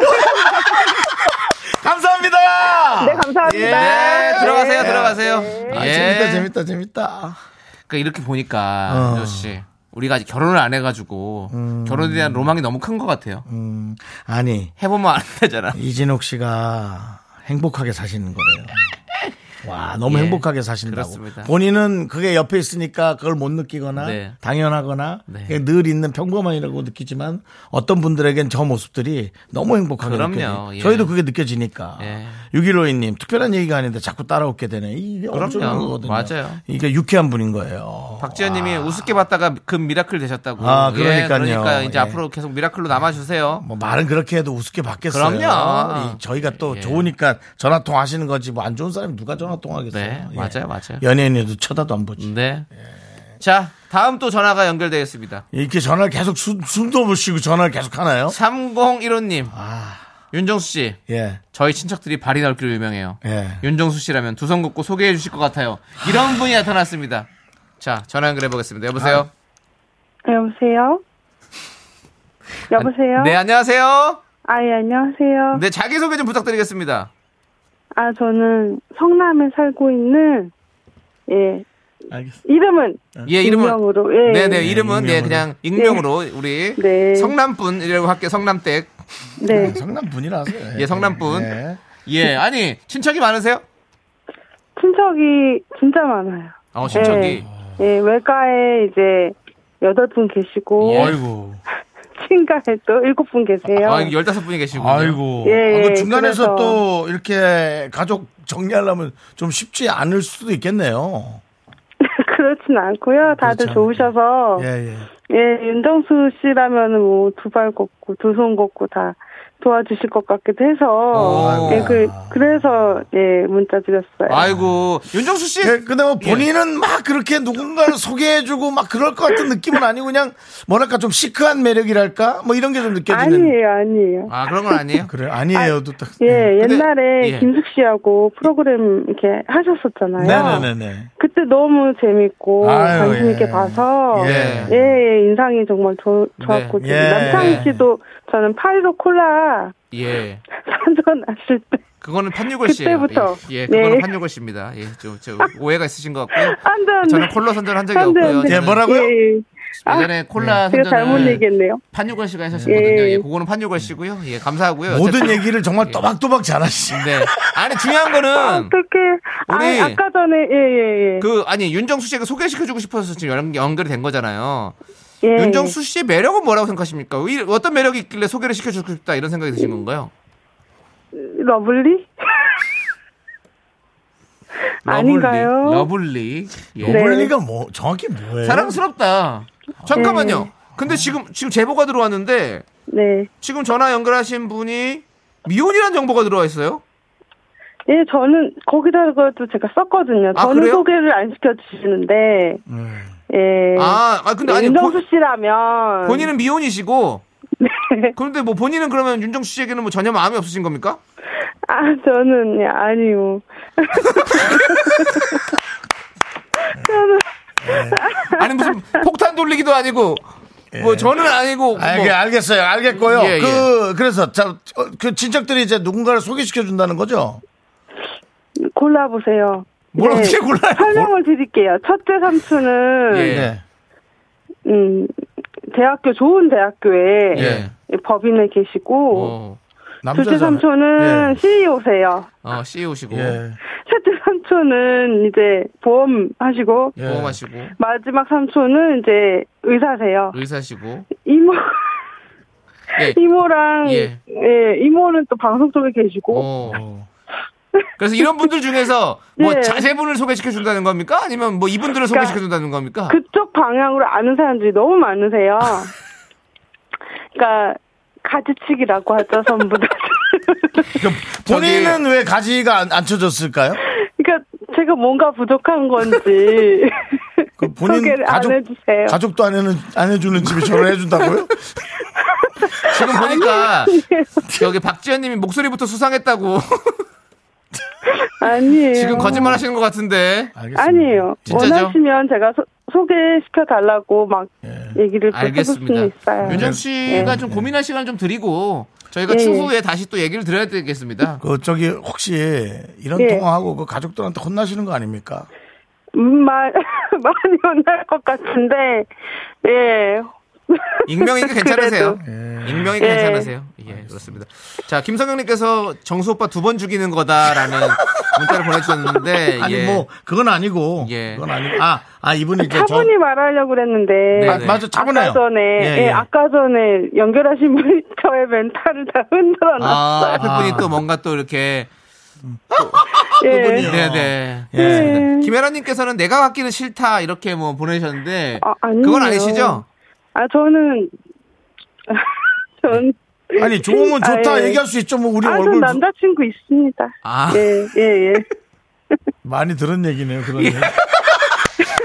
감사합니다. 예. 네, 감사합니다. 네, 들어가세요. 네. 들어가세요. 아, 예. 재밌다, 재밌다, 재밌다. 그러니까 이렇게 어. 보니까 윤조 씨 우리가 아직 결혼을 안 해가지고 결혼에 대한 로망이 너무 큰 것 같아요. 음, 아니 해보면 안 되잖아. 이진욱 씨가 행복하게 사시는 거래요. 와, 아, 너무 예, 행복하게 사신다고. 그렇습니다. 본인은 그게 옆에 있으니까 그걸 못 느끼거나 네. 당연하거나 네. 그냥 늘 있는 평범함이라고 느끼지만 어떤 분들에겐 저 모습들이 너무 행복하게 그럼요, 느껴져요. 예. 저희도 그게 느껴지니까. 예. 6152님, 특별한 얘기가 아닌데 자꾸 따라오게 되네. 이게 엄청난 거거든요. 맞아요. 이게 유쾌한 분인 거예요. 박지현님이 우습게 봤다가 그 미라클 되셨다고. 아, 예, 그러니까요. 그러니까 이제 예. 앞으로 계속 미라클로 남아주세요. 뭐 말은 그렇게 해도 우습게 받겠어요. 그럼요. 이 저희가 또 예. 좋으니까 전화통 하시는 거지 뭐 안 좋은 사람이 누가 전화통 하겠어요. 네, 예. 맞아요, 맞아요. 연예인에도 쳐다도 안 보지. 네. 자, 다음 또 전화가 연결되어 있습니다. 이렇게 전화를 계속 숨, 숨도 못 쉬고 전화를 계속 하나요? 아. 3015님. 윤정수 씨. 예. 저희 친척들이 발이 넓기로 유명해요. 예. 윤정수 씨라면 두 손 걷고 소개해 주실 것 같아요. 이런 분이 나타났습니다. 자, 전화 연결해 보겠습니다. 여보세요? 여보세요? 아, 여보세요? 네, 안녕하세요. 아, 예, 안녕하세요. 네, 자기소개 좀 부탁드리겠습니다. 아, 저는 성남에 살고 있는, 예, 알겠습니다. 이름은 이름은 예, 이름은. 익명으로, 예. 네, 네, 이름은, 네, 예, 그냥 익명으로 우리 네. 성남분이라고 할게요. 성남댁. 네. 성남 음, 분이라서. 예, 성남 분. 네. 예, 아니, 친척이 많으세요? 친척이 진짜 많아요. 어, 친척이. 예, 외가에 이제 여덟 분 계시고, 예. 아이고. 친가에 또 일곱 분 계세요. 아, 15분이 계시고. 아이고. 예, 아, 그 예, 그래서- 중간에서 또 이렇게 가족 정리하려면 좀 쉽지 않을 수도 있겠네요. 그렇진 않고요. 다들 아, 그렇지 않- 좋으셔서 예, 예. 예, 윤정수 씨라면 뭐 두 발 걷고 두 손 걷고 다 도와주실 것 같기도 해서 오. 예, 그 그래서 예 문자 드렸어요. 아이고. 윤정수 씨. 예, 근데 뭐 본인은 막 그렇게 누군가를 소개해주고 막 그럴 것 같은 느낌은 아니고 그냥 뭐랄까 좀 시크한 매력이랄까 뭐 이런 게 좀 느껴지는. 아니에요, 아니에요. 아, 그런 건 아니에요? 그래 아니에요 또 딱. 예, 근데- 옛날에 예. 김숙 씨하고 프로그램 이렇게 하셨었잖아요. 네네네네. 그때 너무 재밌고 아유, 관심 예. 있게 봐서 예. 예, 예, 인상이 정말 좋, 좋았고 네. 예. 남창희 씨도 저는 파이로 콜라 예. 선전하실 때 그거는 판유걸 씨. 그때부터. 예, 예, 그거는 네. 판유걸 씨입니다. 예, 좀, 저 오해가 있으신 것 같고요. 안 돼, 안 돼. 저는 콜라 선전한 적이 안 돼, 없고요. 안 돼. 예 저는 뭐라고요? 예, 예. 아, 예전에 콜라 제가 잘못 선전을 얘기했네요. 판유걸 씨가 하셨었거든요. 예. 예, 그거는 판유걸 씨고요. 예, 감사하고요. 모든 어쨌든- 예. 얘기를 정말 또박또박 잘하시네. 네. 아니 중요한 거는 어떻게 우리- 아, 아까 전에 예예예 그 아니 윤정수 씨가 소개시켜주고 싶어서 지금 연, 연결이 된 거잖아요. 예, 윤정수 씨의 매력은 뭐라고 생각하십니까? 이- 어떤 매력이 있길래 소개를 시켜주고 싶다 이런 생각이 드신 건가요? 예. 러블리? 아닌가요? 러블리. 예. 네. 네. 러블리가 뭐 정확히 뭐예요? 사랑스럽다. 잠깐만요. 근데 지금 지금 제보가 들어왔는데 네. 지금 전화 연결하신 분이 미혼이라는 정보가 들어와 있어요. 예, 저는 거기다 그것도 제가 썼거든요. 아, 저는 그래요? 네. 소개를 안 시켜주시는데, 예. 아, 아 근데 아니 윤정수 본, 씨라면 본인은 미혼이시고 네. 그런데 뭐 본인은 그러면 윤정수 씨에게는 뭐 전혀 마음이 없으신 겁니까? 아 저는 아니요. 뭐, 네. 아니 무슨 폭탄 돌리기도 아니고 뭐 저는 아니고 뭐 예. 알겠, 알겠어요. 알겠고요. 예, 그, 그래서, 자, 어, 그 친척들이 이제 누군가를 소개시켜준다는 거죠? 골라보세요. 뭘 네. 어떻게 골라요? 설명을 드릴게요. 첫째 삼촌은 예. 예. 음, 대학교 좋은 대학교에 예. 법인에 계시고 어, 둘째 남자잖아요. 삼촌은 E 예. CEO세요. 어 CEO시고 예. 셋째 삼촌은 이제 보험 하시고 예. 보험하시고 마지막 삼촌은 이제 의사세요. 의사시고 이모 예. 이모랑 예. 예. 이모는 또 방송 쪽에 계시고 어. 그래서 이런 분들 중에서 뭐 예. 자제분을 소개시켜 준다는 겁니까? 아니면 뭐 이분들을 소개시켜 준다는 겁니까? 그쪽 방향으로 아는 사람들이 너무 많으세요. 그러니까 가지치기라고 하죠 전부 다. 본인은 왜 가지가 안, 안 쳐졌을까요? 그러니까 제가 뭔가 부족한 건지 그 본인 소개를 가족- 안 해주세요. 가족도 안, 해는, 안 해주는 집에 저를 해준다고요? 지금 보니까 여기 박지현 님이 목소리부터 수상했다고 아니에요. 지금 거짓말 하시는 것 같은데. 알겠습니다. 아니에요. 진짜죠? 원하시면 제가 소, 소개시켜 달라고 막 예. 얘기를 또 해볼 수는 있어요. 윤정 씨가 좀 고민할 시간 좀 드리고 저희가 예. 추후에 다시 또 얘기를 드려야 되겠습니다. 그, 저기, 혹시 이런 예. 통화하고 그 가족들한테 혼나시는 거 아닙니까? 음, 말 많이 혼날 것 같은데 예. 익명이니까 괜찮으세요. 익명이니까 예. 괜찮으세요. 예, 그렇습니다. 자, 김성경님께서 정수 오빠 두 번 죽이는 거다라는 문자를 보내주셨는데. 아니 예. 뭐 그건 아니고 예. 그건 아니고 아, 아 이분이 이제 저 차분히 말하려고 그랬는데 네. 아, 맞아 차분해요. 아까 전에 예, 예, 예. 아까 전에 연결하신 분이 저의 멘탈을 다 흔들어놨어요. 아, 앞에 분이 또 뭔가 또 이렇게. 예. 네네. 예. 예. 김혜란님께서는 내가 갖기는 싫다 이렇게 뭐 보내셨는데. 아, 아니에요. 그건 아니시죠? 아 저는 전 네. 아니 좋으면 아, 좋다 예. 얘기할 수 있죠. 뭐 우리 아, 얼굴 전 남자친구 있습니다. 아. 예, 예, 예. 많이 들은 얘기네요. 그런 예. 얘기.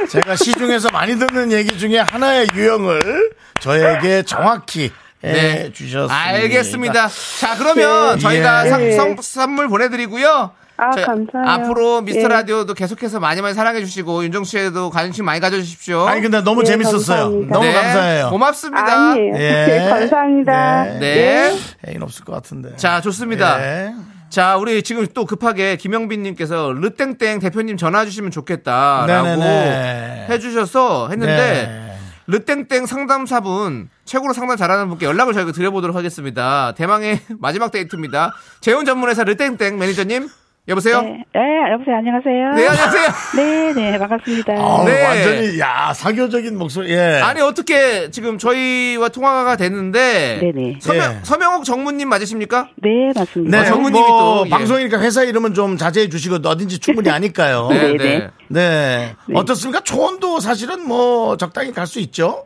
제가 시중에서 많이 듣는 얘기 중에 하나의 유형을 저에게 정확히 해 네, 주셨습니다. 네. 알겠습니다. 자, 그러면 예. 저희가 예. 상- 성- 선물 보내드리고요. 아, 저- 감사해요. 앞으로 미스터 예. 라디오도 계속해서 많이 많이 사랑해주시고, 윤정수 씨에도 관심 많이 가져주십시오. 아니 근데 너무 예, 재밌었어요. 감사합니다. 너무 네, 감사해요. 고맙습니다. 아니에요. 예, 감사합니다. 네. 네. 애인 없을 것 같은데. 자, 좋습니다. 예. 자, 우리 지금 또 급하게 김영빈님께서 르땡땡 대표님 전화 주시면 좋겠다라고 네, 네네네. 해주셔서 했는데 네. 르땡땡 상담사분 최고로 상담 잘하는 분께 연락을 저희가 드려보도록 하겠습니다. 대망의 마지막 데이트입니다. 재혼 전문회사 르땡땡 매니저님 여보세요. 네, 네, 여보세요. 안녕하세요. 네, 안녕하세요. 네, 네, 반갑습니다. 아우, 네. 어, 완전히 야 사교적인 목소리. 예. 아니 어떻게 지금 저희와 통화가 됐는데 네네. 서명, 예. 서명옥 정문님 맞으십니까? 네, 네, 맞습니다. 어, 정훈 뭐 님이 또, 예. 방송이니까 회사 이름은 좀 자제해 주시고 어딘지 충분히 아니까요. 네, 네, 네. 네. 네. 어떻습니까? 초원도 사실은 뭐 적당히 갈 수 있죠.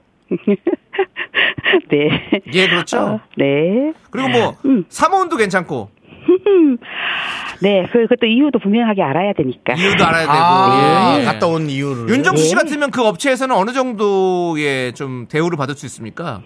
네. 예, 그렇죠. 어, 네. 그리고 뭐 사모원도 괜찮고 네, 그, 그것도 이유도 분명하게 알아야 되니까. 이유도 알아야 되고 아, 예. 갔다 온 이유를. 윤정수 씨 같으면 그 업체에서는 어느 정도의 좀 대우를 받을 수 있습니까?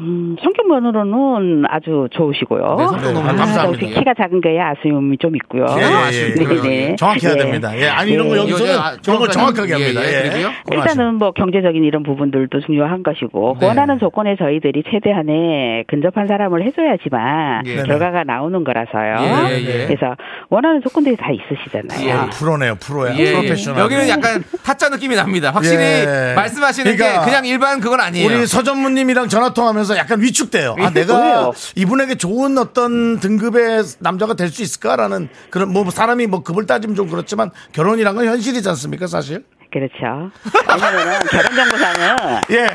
음, 성격면으로는 아주 좋으시고요. 네, 성격 너무 아, 감사합니다. 역시 키가 작은 거야 아쉬움이 좀 있고요. 예, 예, 아쉬운 예. 거예요. 예. 정확해야 네. 됩니다. 예, 아니 이런 거 예. 여기서는 예, 예, 아, 그런 걸 정확하게 정확하게 예, 합니다. 예, 예. 그리고요? 일단은 뭐 경제적인 이런 부분들도 중요한 것이고 네. 원하는 조건에 저희들이 최대한의 근접한 사람을 해줘야지만 예. 결과가 나오는 거라서요. 예, 예, 예. 그래서 원하는 조건들이 다 있으시잖아요. 아, 프로네요, 프로야. 예, 예. 프로페셔널. 여기는 약간 타짜 느낌이 납니다. 확실히 예. 말씀하시는 그러니까 게 그냥 일반 그건 아니에요. 우리 서전무님이랑 전화 통하면서 약간 위축돼요. 아, 내가 왜요? 이분에게 좋은 어떤 등급의 남자가 될 수 있을까라는 그런 뭐 사람이 뭐 급을 따지면 좀 그렇지만 결혼이란 건 현실이지 않습니까, 사실? 그렇죠. 왜냐면 결혼정보사는 예.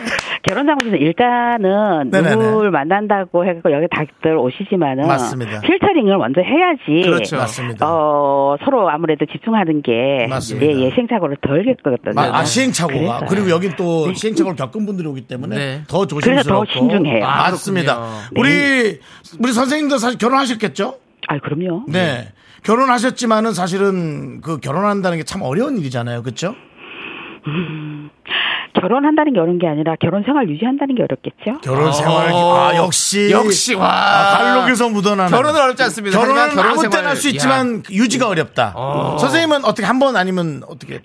결혼 당시는 일단은 네네네. 누굴 만난다고 해서 여기 다들 오시지만은 맞습니다. 필터링을 먼저 해야지. 그렇죠. 맞습니다. 어 서로 아무래도 집중하는 게 맞습니다. 예, 예 시행착오를 덜겪거든요 아, 네. 아, 시행착오가 그래서요. 그리고 여긴 또 시행착오를 겪은 분들이 오기 때문에 네. 더 그래서 더 조심스럽고 신중해요. 아, 맞습니다. 네. 우리 우리 선생님도 사실 결혼하셨겠죠? 아 그럼요. 네. 결혼하셨지만은 사실은 그 결혼한다는 게 참 어려운 일이잖아요. 그렇죠? 결혼한다는 게 어려운 게 아니라 결혼 생활 유지한다는 게 어렵겠죠. 결혼 생활 아 역시 역시 와 아, 발록에서 묻어나는 결혼은 어렵지 않습니다. 결혼은 하지만 결혼 아무 때나 생활, 할 수 야. 있지만 유지가 어렵다. 어. 선생님은 어떻게 한 번 아니면 어떻게 또.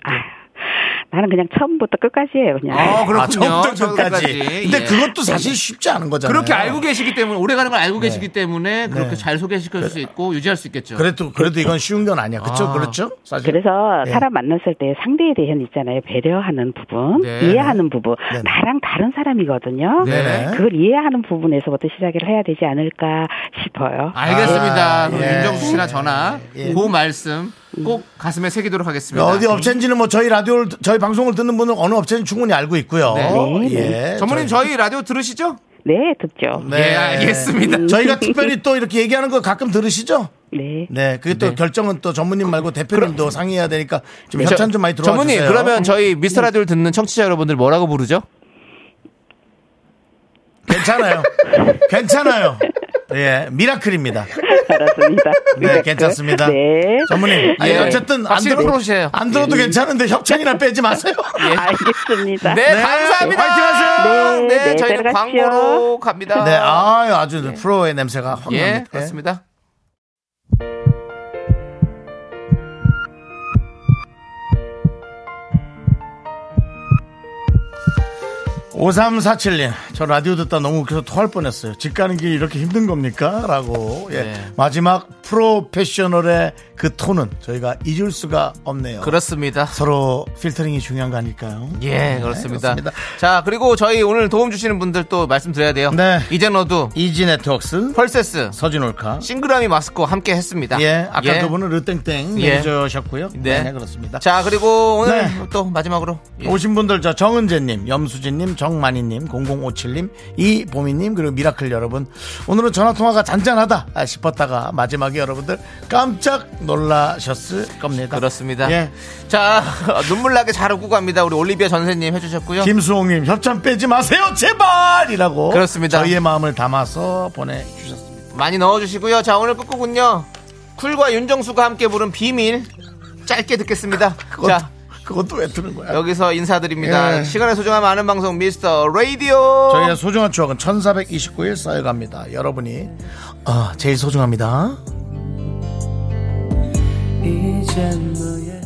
나는 그냥 처음부터 끝까지예요 그냥. 아, 그렇군요. 처음부터 처음부터까지. 끝까지. 근데 예. 그것도 사실 쉽지 않은 거잖아요. 네. 그렇게 알고 계시기 때문에 오래 가는 걸 알고 계시기 때문에 그렇게 잘 소개시킬 수 있고 유지할 수 있겠죠. 그래도 그래도 이건 쉬운 건 아니야. 그렇죠? 아. 그렇죠? 사실. 그래서 네. 사람 만났을 때 상대에 대한 있잖아요 배려하는 부분 네. 이해하는 부분 네. 나랑 다른 사람이거든요 네. 그걸 이해하는 부분에서부터 시작을 해야 되지 않을까 싶어요 알겠습니다. 아, 그럼 예. 윤정수 씨나 저나 예. 그 말씀 꼭 가슴에 새기도록 하겠습니다. 어디 업체인지는 뭐 저희 라디오를 저희 방송을 듣는 분은 어느 업체인지 충분히 알고 있고요. 네. 예. 전문님 저희 라디오 들으시죠? 네 듣죠 예, 알겠습니다. 저희가 특별히 또 이렇게 얘기하는 거 가끔 들으시죠? 네 네, 그게 또 결정은 또 전문님 그, 말고 대표님도 상의해야 되니까 좀 협찬 좀 많이 들어와 네, 전문님 주세요. 음. 그러면 저희 미스터 라디오를 듣는 청취자 여러분들 뭐라고 부르죠? 괜찮아요. 괜찮아요. 예, 미라클입니다. 알았습니다 네, 괜찮습니다. 네 예. 전문님, 아니, 예. 어쨌든 안 확실히 들어도 프로시에요. 안 들어도 괜찮은데 협찬이나 빼지 마세요. 알겠습니다 네, 감사합니다. 화이팅 네, 하세요. 네, 네, 저희는 들어가시죠. 광고로 갑니다. 네, 아유, 아주 프로의 냄새가 확 예, 납니다. 그렇습니다. 오삼사칠님저 라디오 듣다 너무 웃겨서 토할 뻔했어요. 집 가는 길이 이렇게 힘든 겁니까? 라고. 예. 네. 마지막 프로페셔널의 그 톤은 저희가 잊을 수가 없네요. 그렇습니다. 서로 필터링이 중요한 거 아닐까요? 네, 예, 그렇습니다. 그렇습니다. 자, 그리고 저희 오늘 도움 주시는 분들 또 말씀드려야 돼요. 네. 이제 너도 이지 네트웍스, 펄세스 서진올카. 싱그라미 마스코 함께 했습니다. 예, 아까 예. 그분은 르땡땡 예. 해주셨고요. 네. 네. 그렇습니다. 자, 그리고 오늘 네. 또 마지막으로 예. 오신 분들 저 정은재님, 염수진님, 정만희님, 0057님, 이보미님 그리고 미라클 여러분 오늘은 전화 통화가 잔잔하다 싶었다가 마지막에 여러분들 깜짝 놀라셨을 겁니다. 그렇습니다. 예. 자, 눈물나게 잘 웃고 갑니다. 우리 올리비아 전세님 해주셨고요. 김수홍님 협찬 빼지 마세요 제발이라고 그렇죠. 그렇습니다. 저희의 마음을 담아서 보내주셨습니다. 많이 넣어주시고요. 자, 오늘 끝곡은요. 쿨과 윤정수가 함께 부른 비밀 짧게 듣겠습니다. 그것도, 자, 그것도 왜 들은 거야? 여기서 인사드립니다. 예. 시간의 소중함 아는 방송 미스터 라디오. 저희의 소중한 추억은 1429일 쌓여갑니다. 여러분이 아, 제일 소중합니다. 이젠 뭐 너의